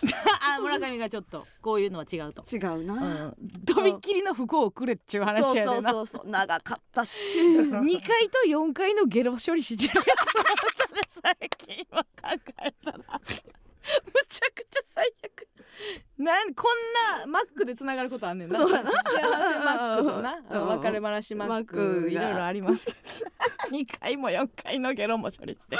Speaker 2: あ村上がちょっとこういうのは違うと、
Speaker 1: 違う
Speaker 2: う
Speaker 1: な、
Speaker 2: ん、 とびっきりの不幸をくれっちゅう
Speaker 1: そ
Speaker 2: 話
Speaker 1: う
Speaker 2: や
Speaker 1: そ
Speaker 2: ね
Speaker 1: うん
Speaker 2: な
Speaker 1: そうそう長かった し
Speaker 2: 2階と4階のゲロ処理しちゃうやつだったね最近は考えたらむちゃくちゃ最悪なんこんなマックでつながることあんねんな幸せマックとな
Speaker 1: うん
Speaker 2: 別れ話マッ
Speaker 1: マック
Speaker 2: ク
Speaker 1: が
Speaker 2: いろいろありますけど2階も4階のゲロも処理して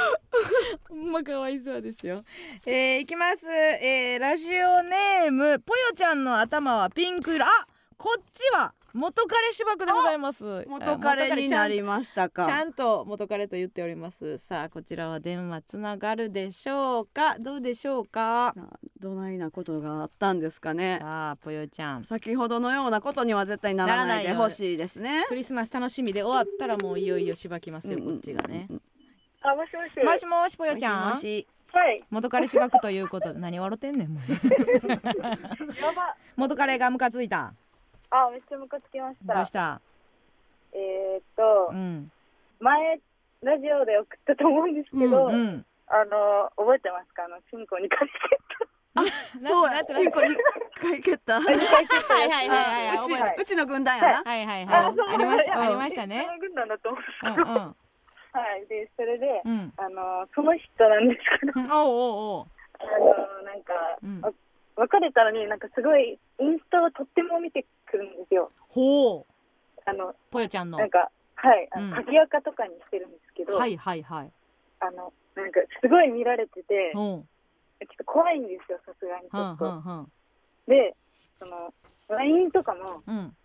Speaker 2: ほんまかわいそうですよえー、いきますえー、ラジオネームぽよちゃんの頭はピンク色あこっちは元彼芝生でございます
Speaker 1: 元彼になりました
Speaker 2: ちゃ
Speaker 1: か
Speaker 2: んと元彼と言っておりますさあこちらは電話つながるでしょうかどうでしょうか
Speaker 1: さあどないなことがあったんですかね
Speaker 2: さあぽよちゃん
Speaker 1: 先ほどのようなことには絶対ならないでほしいですね
Speaker 2: クリスマス楽しみで終わったらもういよいよしばきますよ
Speaker 1: うんうん
Speaker 2: こっちがね
Speaker 4: あもしもし
Speaker 2: もしもしぽよちゃ
Speaker 1: も
Speaker 2: ん
Speaker 1: し
Speaker 4: はい
Speaker 2: 元彼しばくということで何笑ってんねんもう
Speaker 4: やば
Speaker 2: 元彼がムカついた
Speaker 4: あめっちゃムカつきまし
Speaker 2: どうした
Speaker 4: えっと
Speaker 2: うん
Speaker 4: 前ラジオで送ったと思うんですけど、
Speaker 2: うん
Speaker 4: あの覚えてますかあのチンコにかして
Speaker 1: もしそうや チンコに回蹴った
Speaker 2: はいはいはいは
Speaker 1: あ
Speaker 2: いう
Speaker 1: ち
Speaker 2: 覚えて
Speaker 1: うちの軍団やな
Speaker 2: はいはいはいありましたありましたね
Speaker 4: その軍団だと思う
Speaker 2: うんうん
Speaker 4: はいでそれで、
Speaker 2: うん
Speaker 4: あのその人なんですけど
Speaker 2: おうおうおう
Speaker 4: あのなんか、
Speaker 2: うん
Speaker 4: わ別れたのになんかすごいインスタをとっても見てくるんですよ
Speaker 2: ほう
Speaker 4: あの
Speaker 2: ぽよちゃんの
Speaker 4: なんかはいあ
Speaker 2: うん
Speaker 4: の鍵垢とかにしてるんですけど、
Speaker 2: はいはいはい
Speaker 4: あのなんかすごい見られててち
Speaker 2: お
Speaker 4: ょっ
Speaker 2: う
Speaker 4: と怖いんですよさすがにち
Speaker 2: は
Speaker 4: ょ
Speaker 2: ん
Speaker 4: っ
Speaker 2: は
Speaker 4: と、
Speaker 2: んはん
Speaker 4: でその LINE とかも
Speaker 2: うん。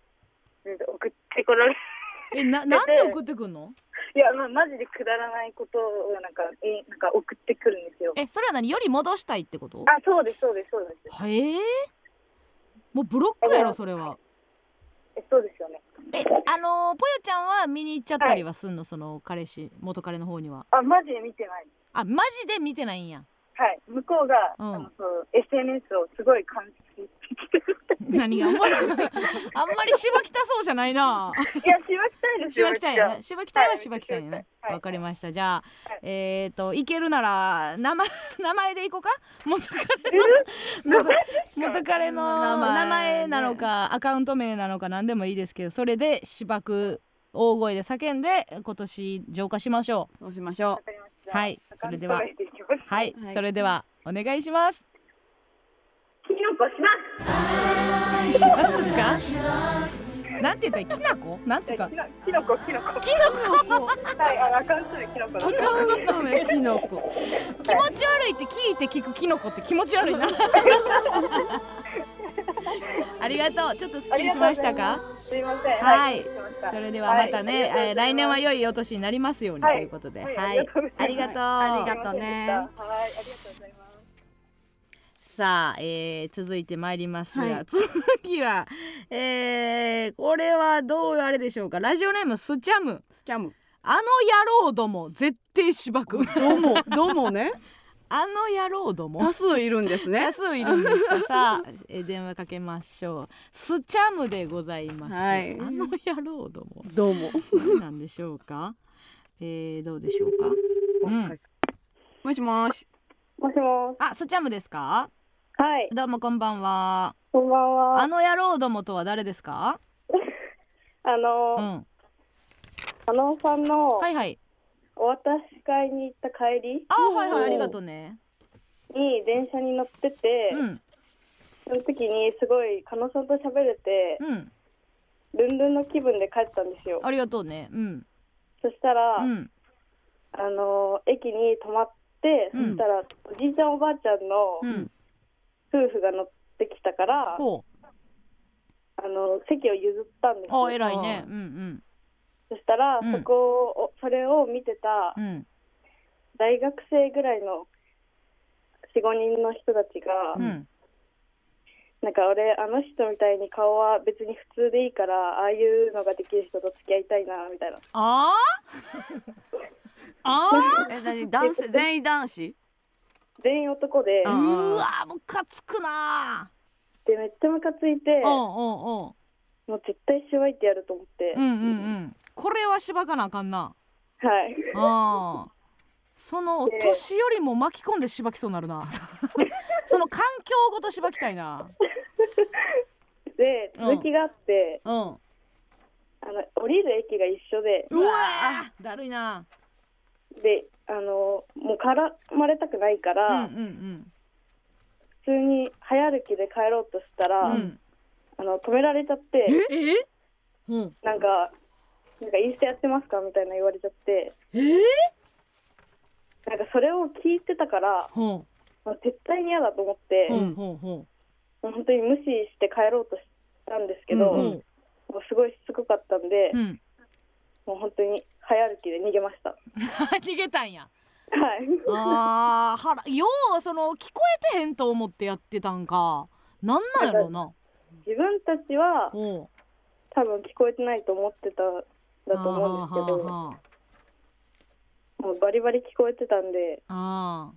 Speaker 4: 全然送ってこられ
Speaker 2: え、な、なんて送ってくんの。
Speaker 4: いや、まあ、マジでくだらないことをなんか、えなんか送ってくるんですよ。
Speaker 2: え、それは何、より戻したいってこと。
Speaker 4: あ、そうです、そうです、そうです。
Speaker 2: はえー。もうブロックやろ、それは。
Speaker 4: え、そうですよね。
Speaker 2: え、あのー、ぽよちゃんは見に行っちゃったりはすんの、その彼氏、元彼の方には。
Speaker 4: あ、マジで見てない。
Speaker 2: あ、マジで見てないんや。
Speaker 4: はい、向こうが、
Speaker 2: うん
Speaker 4: あのそう SNS をすごい監視してきてるって
Speaker 2: 何 があんまりあんまりしばきたそうじゃないな。
Speaker 4: いや、しばきたいです
Speaker 2: し
Speaker 4: よ。
Speaker 2: ばきたいや
Speaker 4: めっ
Speaker 2: な。
Speaker 4: ち
Speaker 2: しばきたいはしばきたいやな。
Speaker 4: はい
Speaker 2: わかりました。じゃあ、えっ、と、いけるなら、名前、名前でい こうか。元彼の。元元彼の
Speaker 1: 名前ね
Speaker 2: 名前なのか、アカウント名なのか、何でもいいですけど、それで、しばく。大声で叫んで、今年浄化しましょ
Speaker 1: そうしましょ
Speaker 4: わかりまし
Speaker 2: う。
Speaker 4: た
Speaker 2: はい、それでは
Speaker 4: 考。えていきます
Speaker 2: はい
Speaker 1: は、い
Speaker 2: それでは、お願いします。
Speaker 4: キノコします。
Speaker 2: 何ですか。なんて言ったら、きなこ。なんて言った。
Speaker 4: キノコ、キノコ。
Speaker 2: きのこ。
Speaker 4: はい、あのアカウントでキノコだ。
Speaker 2: きのこ。
Speaker 1: う。めきのこ。
Speaker 2: 気持ち悪いって聞いて聞くキノコって気持ち悪いなありがとうちょっとスッキリしましたか
Speaker 4: すいません。
Speaker 2: はい
Speaker 4: すいません
Speaker 2: それではまたね、
Speaker 4: はい
Speaker 2: えー来年は良いお年になりますようにと
Speaker 4: はい
Speaker 2: いうことでは、
Speaker 4: はいい
Speaker 2: あ
Speaker 4: あ
Speaker 2: り
Speaker 4: り
Speaker 2: が
Speaker 4: が
Speaker 2: と
Speaker 4: と
Speaker 2: う
Speaker 4: う
Speaker 1: ありがとうね
Speaker 4: はい、ありがとうございます。
Speaker 2: さあ、えー続いてまいりますが、
Speaker 1: はい
Speaker 2: 次は、えーこれはどういうあれでしょうかラジオネームスチャム
Speaker 1: スキャム。
Speaker 2: あの野郎ども絶対しばく
Speaker 1: どうも、どうもね。
Speaker 2: あの野郎ども
Speaker 1: 多数いるんですね
Speaker 2: 多。数いるんですかさあ え電話かけましょうスチャムでございます、
Speaker 1: はい
Speaker 2: あの野郎ども
Speaker 1: どうも。
Speaker 2: 何なんでしょうか えー、どうでしょうかうん
Speaker 1: もしもし。
Speaker 4: もしもし。
Speaker 2: あスチャムですか
Speaker 4: はい、
Speaker 2: どうもこんばんは
Speaker 4: こんばんは。
Speaker 2: あ
Speaker 4: あ
Speaker 2: の野郎どもとは誰ですかう
Speaker 4: の、
Speaker 2: ん
Speaker 4: あのさんの
Speaker 2: はいはい
Speaker 4: お渡し会に行った帰り
Speaker 2: あはいはいありがと
Speaker 4: う
Speaker 2: うね
Speaker 4: に電車に乗ってて、
Speaker 2: うん
Speaker 4: その時にすごい狩野さんと喋れて、
Speaker 2: うん
Speaker 4: ルンルンの気分で帰ったんですよ。
Speaker 2: ありがとうねうん
Speaker 4: そしたら、
Speaker 2: うん
Speaker 4: あの駅に泊まって、
Speaker 2: うん
Speaker 4: そしたらおじいちゃんおばあちゃんの
Speaker 2: うん
Speaker 4: 夫婦が乗ってきたから、
Speaker 2: ほう
Speaker 4: あの席を譲ったんですよ
Speaker 2: あ偉いねうん
Speaker 4: そしたら、
Speaker 2: うん
Speaker 4: そこをそれを見てた
Speaker 2: うんうん
Speaker 4: 大学生ぐらいの45人の人たちが、
Speaker 2: うん
Speaker 4: なんか俺あの人みたいに顔は別に普通でいいからああいうのができる人と付き合いたいなみたいな
Speaker 2: あーあー
Speaker 1: え、なに、男 性、全員男子。
Speaker 4: 全員男で
Speaker 1: う
Speaker 2: うんわームカつくな
Speaker 4: でめっちゃムカついて
Speaker 2: ーうん
Speaker 4: もう絶対しばいてやると思って、
Speaker 2: うんうんうんうんうんこれはしばかなあかんな
Speaker 4: はい
Speaker 2: あーその年よりも巻き込んでしばきそうにな るなその環境ごとしばきたいな
Speaker 4: で
Speaker 2: うん
Speaker 4: 続きがあって、
Speaker 2: うんうわ
Speaker 4: あの降りる駅が一緒で
Speaker 2: ーだるいな
Speaker 4: であのもう絡まれたくないか
Speaker 2: うんう
Speaker 4: ら、
Speaker 2: ん
Speaker 4: 普通に早歩きで帰ろうとしたら、
Speaker 2: うんうん
Speaker 4: あの止められちゃって
Speaker 2: ええうん
Speaker 4: なんか「なんかインスタやってますか?」みたいな言われちゃって
Speaker 2: えー
Speaker 4: なんかそれを聞いてたから
Speaker 2: ほ
Speaker 4: もう絶対に嫌だと思って
Speaker 2: う、ほうほうほ
Speaker 4: もう本当に無視して帰ろうとしたんですけど、
Speaker 2: う
Speaker 1: うん
Speaker 2: ほ
Speaker 4: も
Speaker 2: う
Speaker 4: うすごいしつこかったんで、
Speaker 2: うん
Speaker 4: もう本当に早歩きで逃げました。は
Speaker 2: 逃げたんや
Speaker 4: い
Speaker 2: あー腹ようその聞こえてへんと思ってやってたんかなんなんやろうな
Speaker 4: 自分たちは
Speaker 2: おう
Speaker 4: 多分聞こえてないと思ってたんだと思うんですけど
Speaker 2: はあはあはあ
Speaker 4: もうバリバリ聞こえてたんで
Speaker 2: あ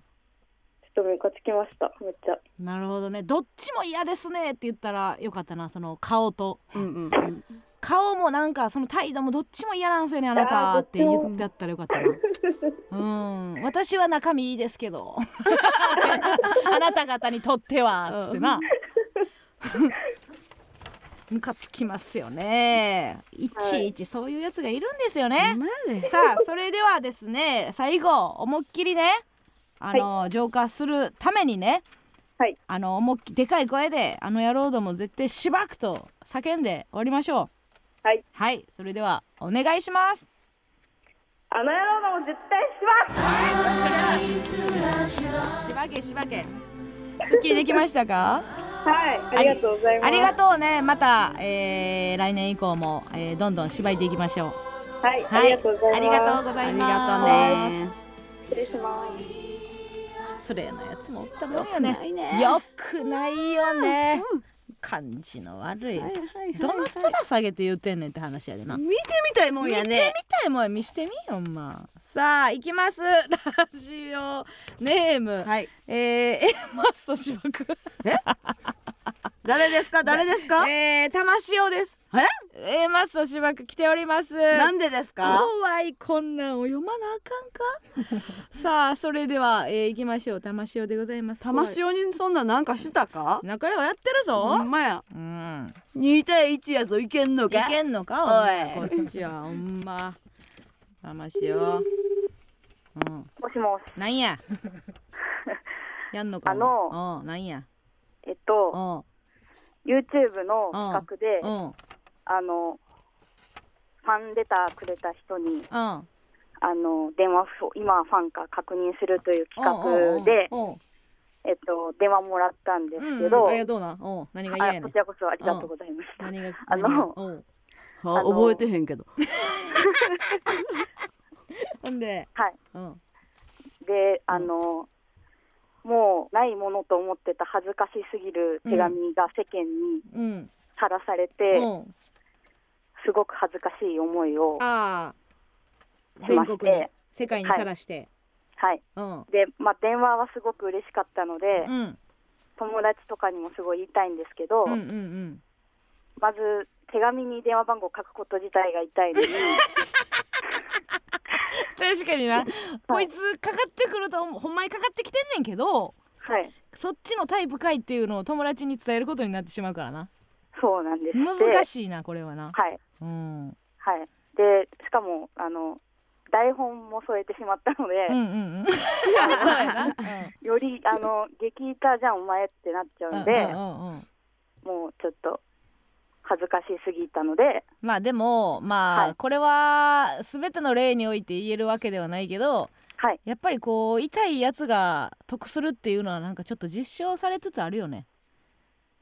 Speaker 4: ちょっとムカつきましためっちゃ
Speaker 2: ーなるほどねどっちも嫌ですねって言ったらよかったなその顔と
Speaker 1: うんうんうん。
Speaker 2: 顔もなんかその態度もどっちも嫌なんですよねあなたって言ってあったらよかったなうん私は中身いいですけどあなた方にとってはつってな ムカつきますよねいちいちそういうやつがいるんですよね、
Speaker 1: まで。
Speaker 2: さあそれではですね最後思いっきりねあの、浄化するためにね、
Speaker 4: はい
Speaker 2: あの思いっきでかい声であの野郎ども絶対しばくと叫んで終わりましょう
Speaker 4: はい
Speaker 2: はいそれではお願いします
Speaker 4: あの野郎のも絶対します
Speaker 2: しばけしばけすっきりできましたか
Speaker 4: はいありがとうございます
Speaker 2: ありがとうねまた、えー来年以降も、えーどんどんしばいていきましょう
Speaker 4: はいあ
Speaker 2: は
Speaker 4: りがとうございます、
Speaker 2: ありがとうござ
Speaker 1: あ
Speaker 2: い
Speaker 1: り
Speaker 2: ます
Speaker 1: がとうね。
Speaker 4: 失礼します
Speaker 2: 失礼なやつもおったもんよねよくないよね感じの悪い
Speaker 1: はいはい
Speaker 2: どの面下げて言うてんねんって話やでな
Speaker 1: 見てみたいもん
Speaker 2: 見て
Speaker 1: や
Speaker 2: み
Speaker 1: ね。
Speaker 2: たいもん見してみよほんまさあ行きますラジオネーム、
Speaker 1: はい。
Speaker 2: えー、エマッソしばく
Speaker 1: え誰ですか誰ですか
Speaker 2: えー、玉塩です
Speaker 1: え
Speaker 2: えー、マストしばく来ております
Speaker 1: なんでですか
Speaker 2: 怖いこんなんを読まなあかん かさあそれでは、えー、行きましょう玉塩でございます
Speaker 1: 玉塩にそんななんかしたか
Speaker 2: 仲良やってる
Speaker 1: ほ
Speaker 2: ぞ
Speaker 1: んまや
Speaker 2: うん
Speaker 1: 2対1やぞいけんの
Speaker 2: い
Speaker 1: か
Speaker 2: けんのか
Speaker 1: おい
Speaker 2: こっちはほんま玉塩うん
Speaker 4: もしもし
Speaker 2: なんややんのか
Speaker 4: あの
Speaker 2: うんなんや
Speaker 4: えっ
Speaker 2: う
Speaker 4: と
Speaker 2: ん
Speaker 4: YouTube の企画で
Speaker 2: うんうん
Speaker 4: あのファンレターくれた人に
Speaker 2: うん
Speaker 4: あの電話を今ファンか確認するという企画で、
Speaker 2: うんうん
Speaker 4: えっと、電話もらったんです
Speaker 2: うん
Speaker 4: け
Speaker 2: うん
Speaker 4: ど、
Speaker 2: ありがとうなうん何が嫌
Speaker 4: あ
Speaker 2: やね
Speaker 4: こ
Speaker 2: ん
Speaker 4: ちらこそありがとうございました。
Speaker 2: 何が
Speaker 4: あの
Speaker 2: 何がうん
Speaker 1: は
Speaker 4: あの
Speaker 1: 覚えてへんけど
Speaker 2: ほんで
Speaker 4: はい、
Speaker 2: うん
Speaker 4: であの、もうないものと思ってた恥ずかしすぎる手紙が世間に
Speaker 2: うん
Speaker 4: さらされて、
Speaker 2: うん
Speaker 4: すごく恥ずかしい思いを
Speaker 2: ああ
Speaker 4: しま
Speaker 2: 全
Speaker 4: し
Speaker 2: 国に
Speaker 4: て、
Speaker 2: 世界にさらして
Speaker 4: はい
Speaker 2: うん
Speaker 4: でまあ、電話はすごく嬉しかったので、
Speaker 2: うん
Speaker 4: 友達とかにもすごい言いたいんですけど、
Speaker 2: うんうん
Speaker 4: まず手紙に電話番号を書くこと自体が 痛いのに
Speaker 2: 確かになこいつかかってくるとほんまにかかってきてんねんけど
Speaker 4: はい
Speaker 2: そっちのタイプかいっていうのを友達に伝えることになってしまうからな
Speaker 4: そうなんです
Speaker 2: 難
Speaker 4: い
Speaker 2: しいなこれはな
Speaker 4: はい
Speaker 2: うんうん
Speaker 4: はいでしかもあの台本も添えてしまったので、
Speaker 2: うんうんそうやな
Speaker 4: よりあの激イタじゃんお前ってなっちゃ
Speaker 2: う
Speaker 4: うんんで、
Speaker 2: うんうんうん
Speaker 4: もうちょっと恥ずかしすぎたので
Speaker 2: まあでもまあ、
Speaker 4: はい
Speaker 2: これは全ての例において言えるわけではないけど
Speaker 4: はい
Speaker 2: やっぱりこう痛いやつが得するっていうのはなんかちょっと実証されつつあるよね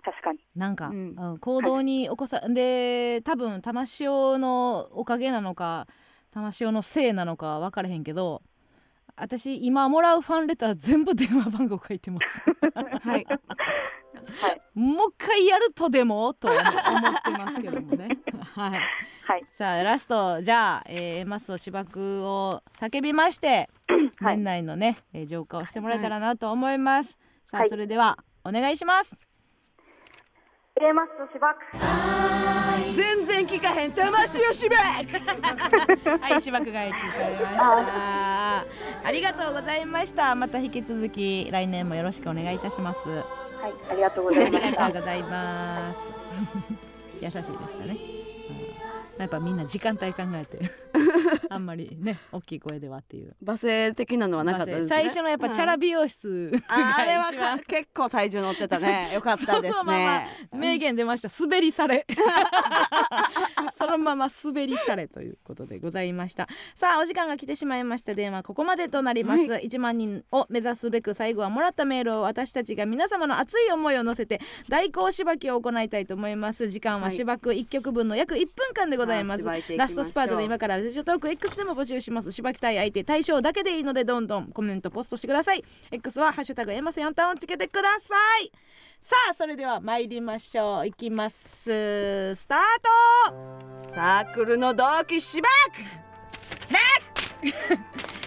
Speaker 4: 確かに
Speaker 2: なんか、
Speaker 1: うん
Speaker 2: うん行動に起こさ、で多分玉塩のおかげなのか玉塩のせいなのか分からへんけど私今もらうファンレター全部電話番号書いてます
Speaker 1: はい
Speaker 2: もう一回やるとでもと思思ってますけども ねはい
Speaker 4: はい
Speaker 2: さあラストじゃあ、えー、マスを芝生を叫びまして、
Speaker 4: はい
Speaker 2: 年内のね、えー、浄化をしてもらえたらなと思います、さ
Speaker 4: は
Speaker 2: あ
Speaker 4: い
Speaker 2: それではお願いします、
Speaker 4: A マストしばく
Speaker 1: 全然聞かへん魂をしべ
Speaker 2: はい、芝生返しされました。ありがとうございました。また引き続き来年もよろしくお願いいたします。あ
Speaker 4: はいありがとうござい
Speaker 2: り
Speaker 4: まし
Speaker 2: がと
Speaker 4: た
Speaker 2: うございます。優しいですよね。うんやっぱみんな時間帯考えてあんまりね大きい声ではっていう、
Speaker 1: 罵声的なのはなかったですね
Speaker 2: 最初のやっぱチャラ美容室
Speaker 1: あーあれはか結構体重乗ってた ねよかったですね
Speaker 2: そのまま名言出ました滑りされそのまま滑りされということでございましたさあお時間が来てしまいました電話ここまでとなります、1万人を目指すべく最後はもらったメールを私たちが皆様の熱い思いを乗せて代行しばきを行いたいと思います時間
Speaker 1: は
Speaker 2: は
Speaker 1: い
Speaker 2: しばく1曲分の約1分間でございます、
Speaker 1: さあしばいていきましょ
Speaker 2: ラス
Speaker 1: う
Speaker 2: トスパートで今からラジオトーク X でも募集しますしばきたい相手対象だけでいいのでどんどんコメントポストしてください X はハッシュタグエマスヤンタンをつけてくださいさあそれでは参りましょういきますスタート
Speaker 1: サークルの同期しば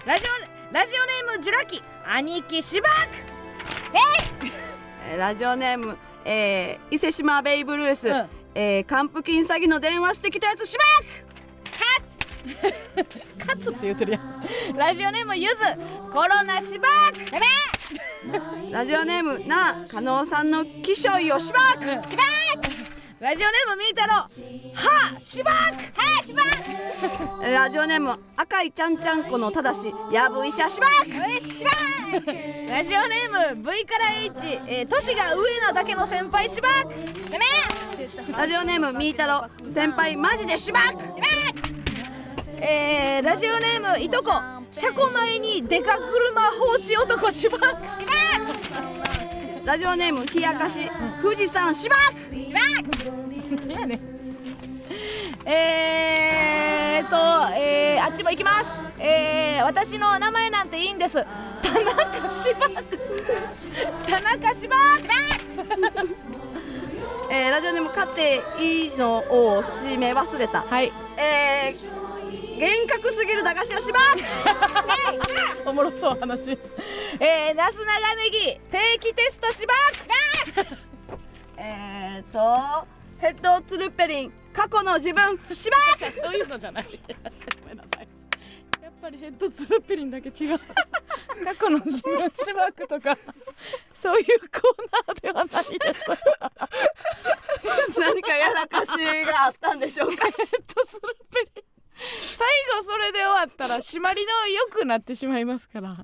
Speaker 2: ラジオラジオネームジュラキ兄貴しば
Speaker 1: えーラジオネーム、えー伊勢島ベイブルース、
Speaker 2: うん
Speaker 1: えー還付金詐欺の電話してきたやつしば
Speaker 2: く勝つって言ってるやんラジオネームゆずコロナしばくやべ
Speaker 1: くラジオネームなあ加納さんの気象いをしばく
Speaker 2: えしばくラジオネームみー太郎はあしばくはあしばく
Speaker 1: ラジオネーム赤いちゃんちゃんこのただしやぶ医者しばく
Speaker 2: よいしばーラジオネーム V から H えー年、が上なだけの先輩しばーダメ
Speaker 1: ラジオネームみーたろ先輩マジでしばく
Speaker 2: えー、ラジオネームいとこ車庫前にデカ車放置男しばーし
Speaker 1: ラジオネーム冷やかし富士山しばく
Speaker 2: ばーやねえーっと、えー、あっちも行きますえー、私の名前なんていいんです田中しばー田中しばーしばー
Speaker 1: えーラジオネーム勝っていいのを締め忘れた
Speaker 2: はい
Speaker 1: えー、厳格すぎる駄菓子屋しばく
Speaker 2: おもろそう話えー、なす長ネギ定期テストしばー
Speaker 1: えー、っとヘッドツルッペリン過去の自分しば
Speaker 2: そういうのじゃない。ごめんなさい。やっぱりヘッドツルッペリンだけ違う。過去の自分しばくとか、そういうコーナーではないです。ヘッ
Speaker 1: 何かやらかしがあったんでしょうか
Speaker 2: ドツルッペリン。最後それで終わったら締まりの良くなってしまいますから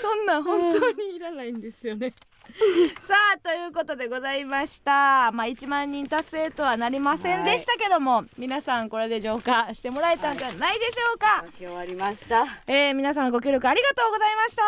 Speaker 2: そんなん本当にいらないんですよね。さあということでございましたまあ1万人達成とはなりませんでしたけども、皆さんこれで浄化してもらえたんじゃないでしょうか。
Speaker 1: 書き終わりました
Speaker 2: えー皆様ご協力ありがとうございました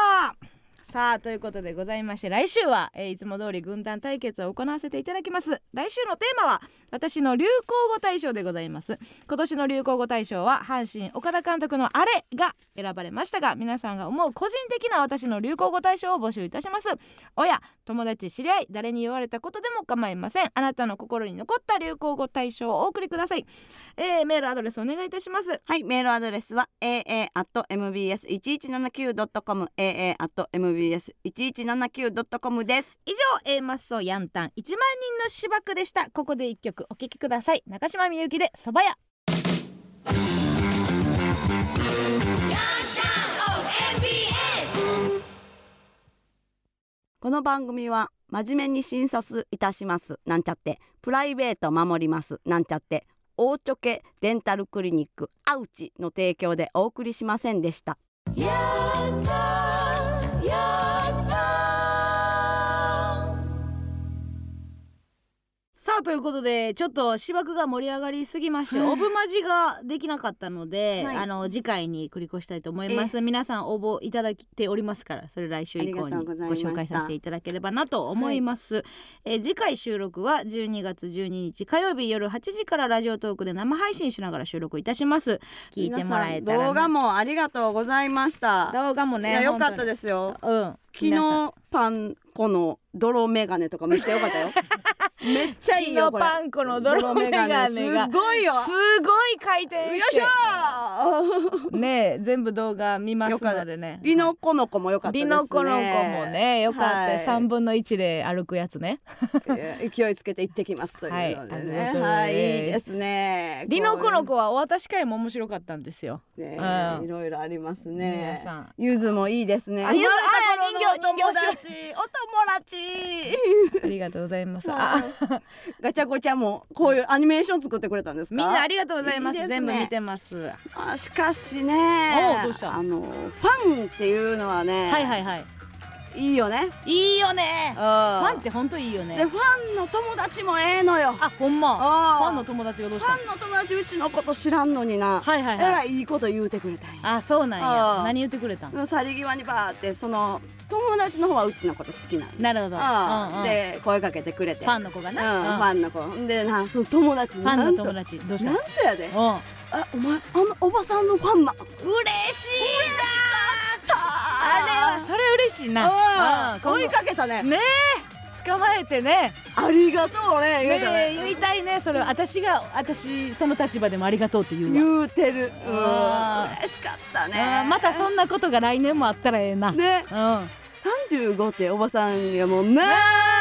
Speaker 2: さあということでございまして来週は、えーいつも通り軍団対決を行わせていただきます来週のテーマは私の流行語大賞でございます今年の流行語大賞は阪神岡田監督のあれが選ばれましたが皆さんが思う個人的な私の流行語大賞を募集いたします親友達知り合い誰に言われたことでも構いませんあなたの心に残った流行語大賞をお送りください、えーメールアドレスお願いいたします
Speaker 1: はい、メールアドレスは aa.mbs1179.com aa.mbs1179.com です。
Speaker 2: 以上 A マッソヤンタン1万人の芝生でしたここで一曲お聴きください中島みゆきでそば屋
Speaker 1: この番組は真面目に診察いたしますなんちゃってプライベート守りますなんちゃって大ちょけデンタルクリニックアウチの提供でお送りしませんでした。
Speaker 2: さあということでちょっと芝生が盛り上がりすぎましてオブマジができなかったので、
Speaker 1: はい
Speaker 2: あの次回に繰り越したいと思います皆さん応募いただいておりますからそれ来週以降
Speaker 1: ありが
Speaker 2: にご
Speaker 1: とうございました
Speaker 2: 紹介させていただければなと思います、えー次回収録は12月12日火曜日夜8時からラジオトークで生配信しながら収録いたします聞いてもらえたら
Speaker 1: 皆さん動
Speaker 2: な
Speaker 1: 画もありがとうございました。
Speaker 2: 動画も
Speaker 1: いや
Speaker 2: ね
Speaker 1: 良かった
Speaker 2: す
Speaker 1: ですよ。
Speaker 2: うん
Speaker 1: 昨
Speaker 2: 皆さん
Speaker 1: 日パン粉の泥メガネとかめっちゃ良かったよ。めっちゃいいよこれ。
Speaker 2: 昨日パン粉の泥眼鏡が
Speaker 1: すごいよ。
Speaker 2: すごい回
Speaker 1: よ
Speaker 2: 転
Speaker 1: い
Speaker 2: し
Speaker 1: してょー。
Speaker 2: ねえ全部動画見ますのでね
Speaker 1: リノコの子も良かったです
Speaker 2: リ
Speaker 1: ね。
Speaker 2: ノコの子もねよかったよ
Speaker 1: はい
Speaker 2: 三分の一で歩くやつね
Speaker 1: えー勢いつけて行ってきますというのでね。はいい、
Speaker 2: はありがとうございます
Speaker 1: い、いですね。
Speaker 2: リノコの
Speaker 1: こ
Speaker 2: 子はお渡し会も面白かったんです よ
Speaker 1: ういうね
Speaker 2: うん
Speaker 1: いろいろあります
Speaker 2: 皆
Speaker 1: ね
Speaker 2: さん。
Speaker 1: ゆずもいいですね。
Speaker 2: あゆず
Speaker 1: 生まれた頃のお友
Speaker 2: あ
Speaker 1: 達、 お友達。
Speaker 2: ありがとうございますあ
Speaker 1: ガチャゴチャもこういうアニメーション作ってくれたんですか。
Speaker 2: みんなありがとうございます
Speaker 1: いいですね
Speaker 2: 全部見てます
Speaker 1: あしかしね
Speaker 2: お。どうした
Speaker 1: あのファンっていうのはね。
Speaker 2: はいはいはい
Speaker 1: い。いいよね。
Speaker 2: いいよね
Speaker 1: フ
Speaker 2: ファ
Speaker 1: ァ
Speaker 2: ンって本当いいよ
Speaker 1: で
Speaker 2: ね
Speaker 1: ファンの友達もええのよ。
Speaker 2: あほんまフ
Speaker 1: あ
Speaker 2: ァ
Speaker 1: ー
Speaker 2: ンの友達がどうし
Speaker 1: フ
Speaker 2: た
Speaker 1: ァンの友達うちのこと知らんのにな。
Speaker 2: はいはい
Speaker 1: えら
Speaker 2: はい
Speaker 1: いいいこと言うてくれたんや。
Speaker 2: あそうなんや
Speaker 1: あー
Speaker 2: 何言ってくれたん
Speaker 1: うん去り際にバーってその友達の方はうちのこと好きなんで,
Speaker 2: なるほど
Speaker 1: ああ、
Speaker 2: うんうん
Speaker 1: で声かけてくれて
Speaker 2: ファンの子が
Speaker 1: うんフ
Speaker 2: なうん
Speaker 1: ァンの子んでなその友達
Speaker 2: ファン
Speaker 1: なん
Speaker 2: の
Speaker 1: と
Speaker 2: 友達どうした
Speaker 1: なんとやで
Speaker 2: うん
Speaker 1: あお前あのおばさんのファンな嬉しいな
Speaker 2: あれ
Speaker 1: あ
Speaker 2: はそれ嬉しいなうん
Speaker 1: うん追い
Speaker 2: 今
Speaker 1: かけたね
Speaker 2: ね度捕まえてね
Speaker 1: ありがとうね言うた
Speaker 2: ねえ言
Speaker 1: ね
Speaker 2: いたいねそれ私が私その立場でもありがとうって言うわ
Speaker 1: 言うてるうん
Speaker 2: あー
Speaker 1: 嬉しかった
Speaker 2: あ
Speaker 1: ね
Speaker 2: ーまたそんなことが来年もあったらええな、
Speaker 1: ね
Speaker 2: うん
Speaker 1: 35っておばさんがもうな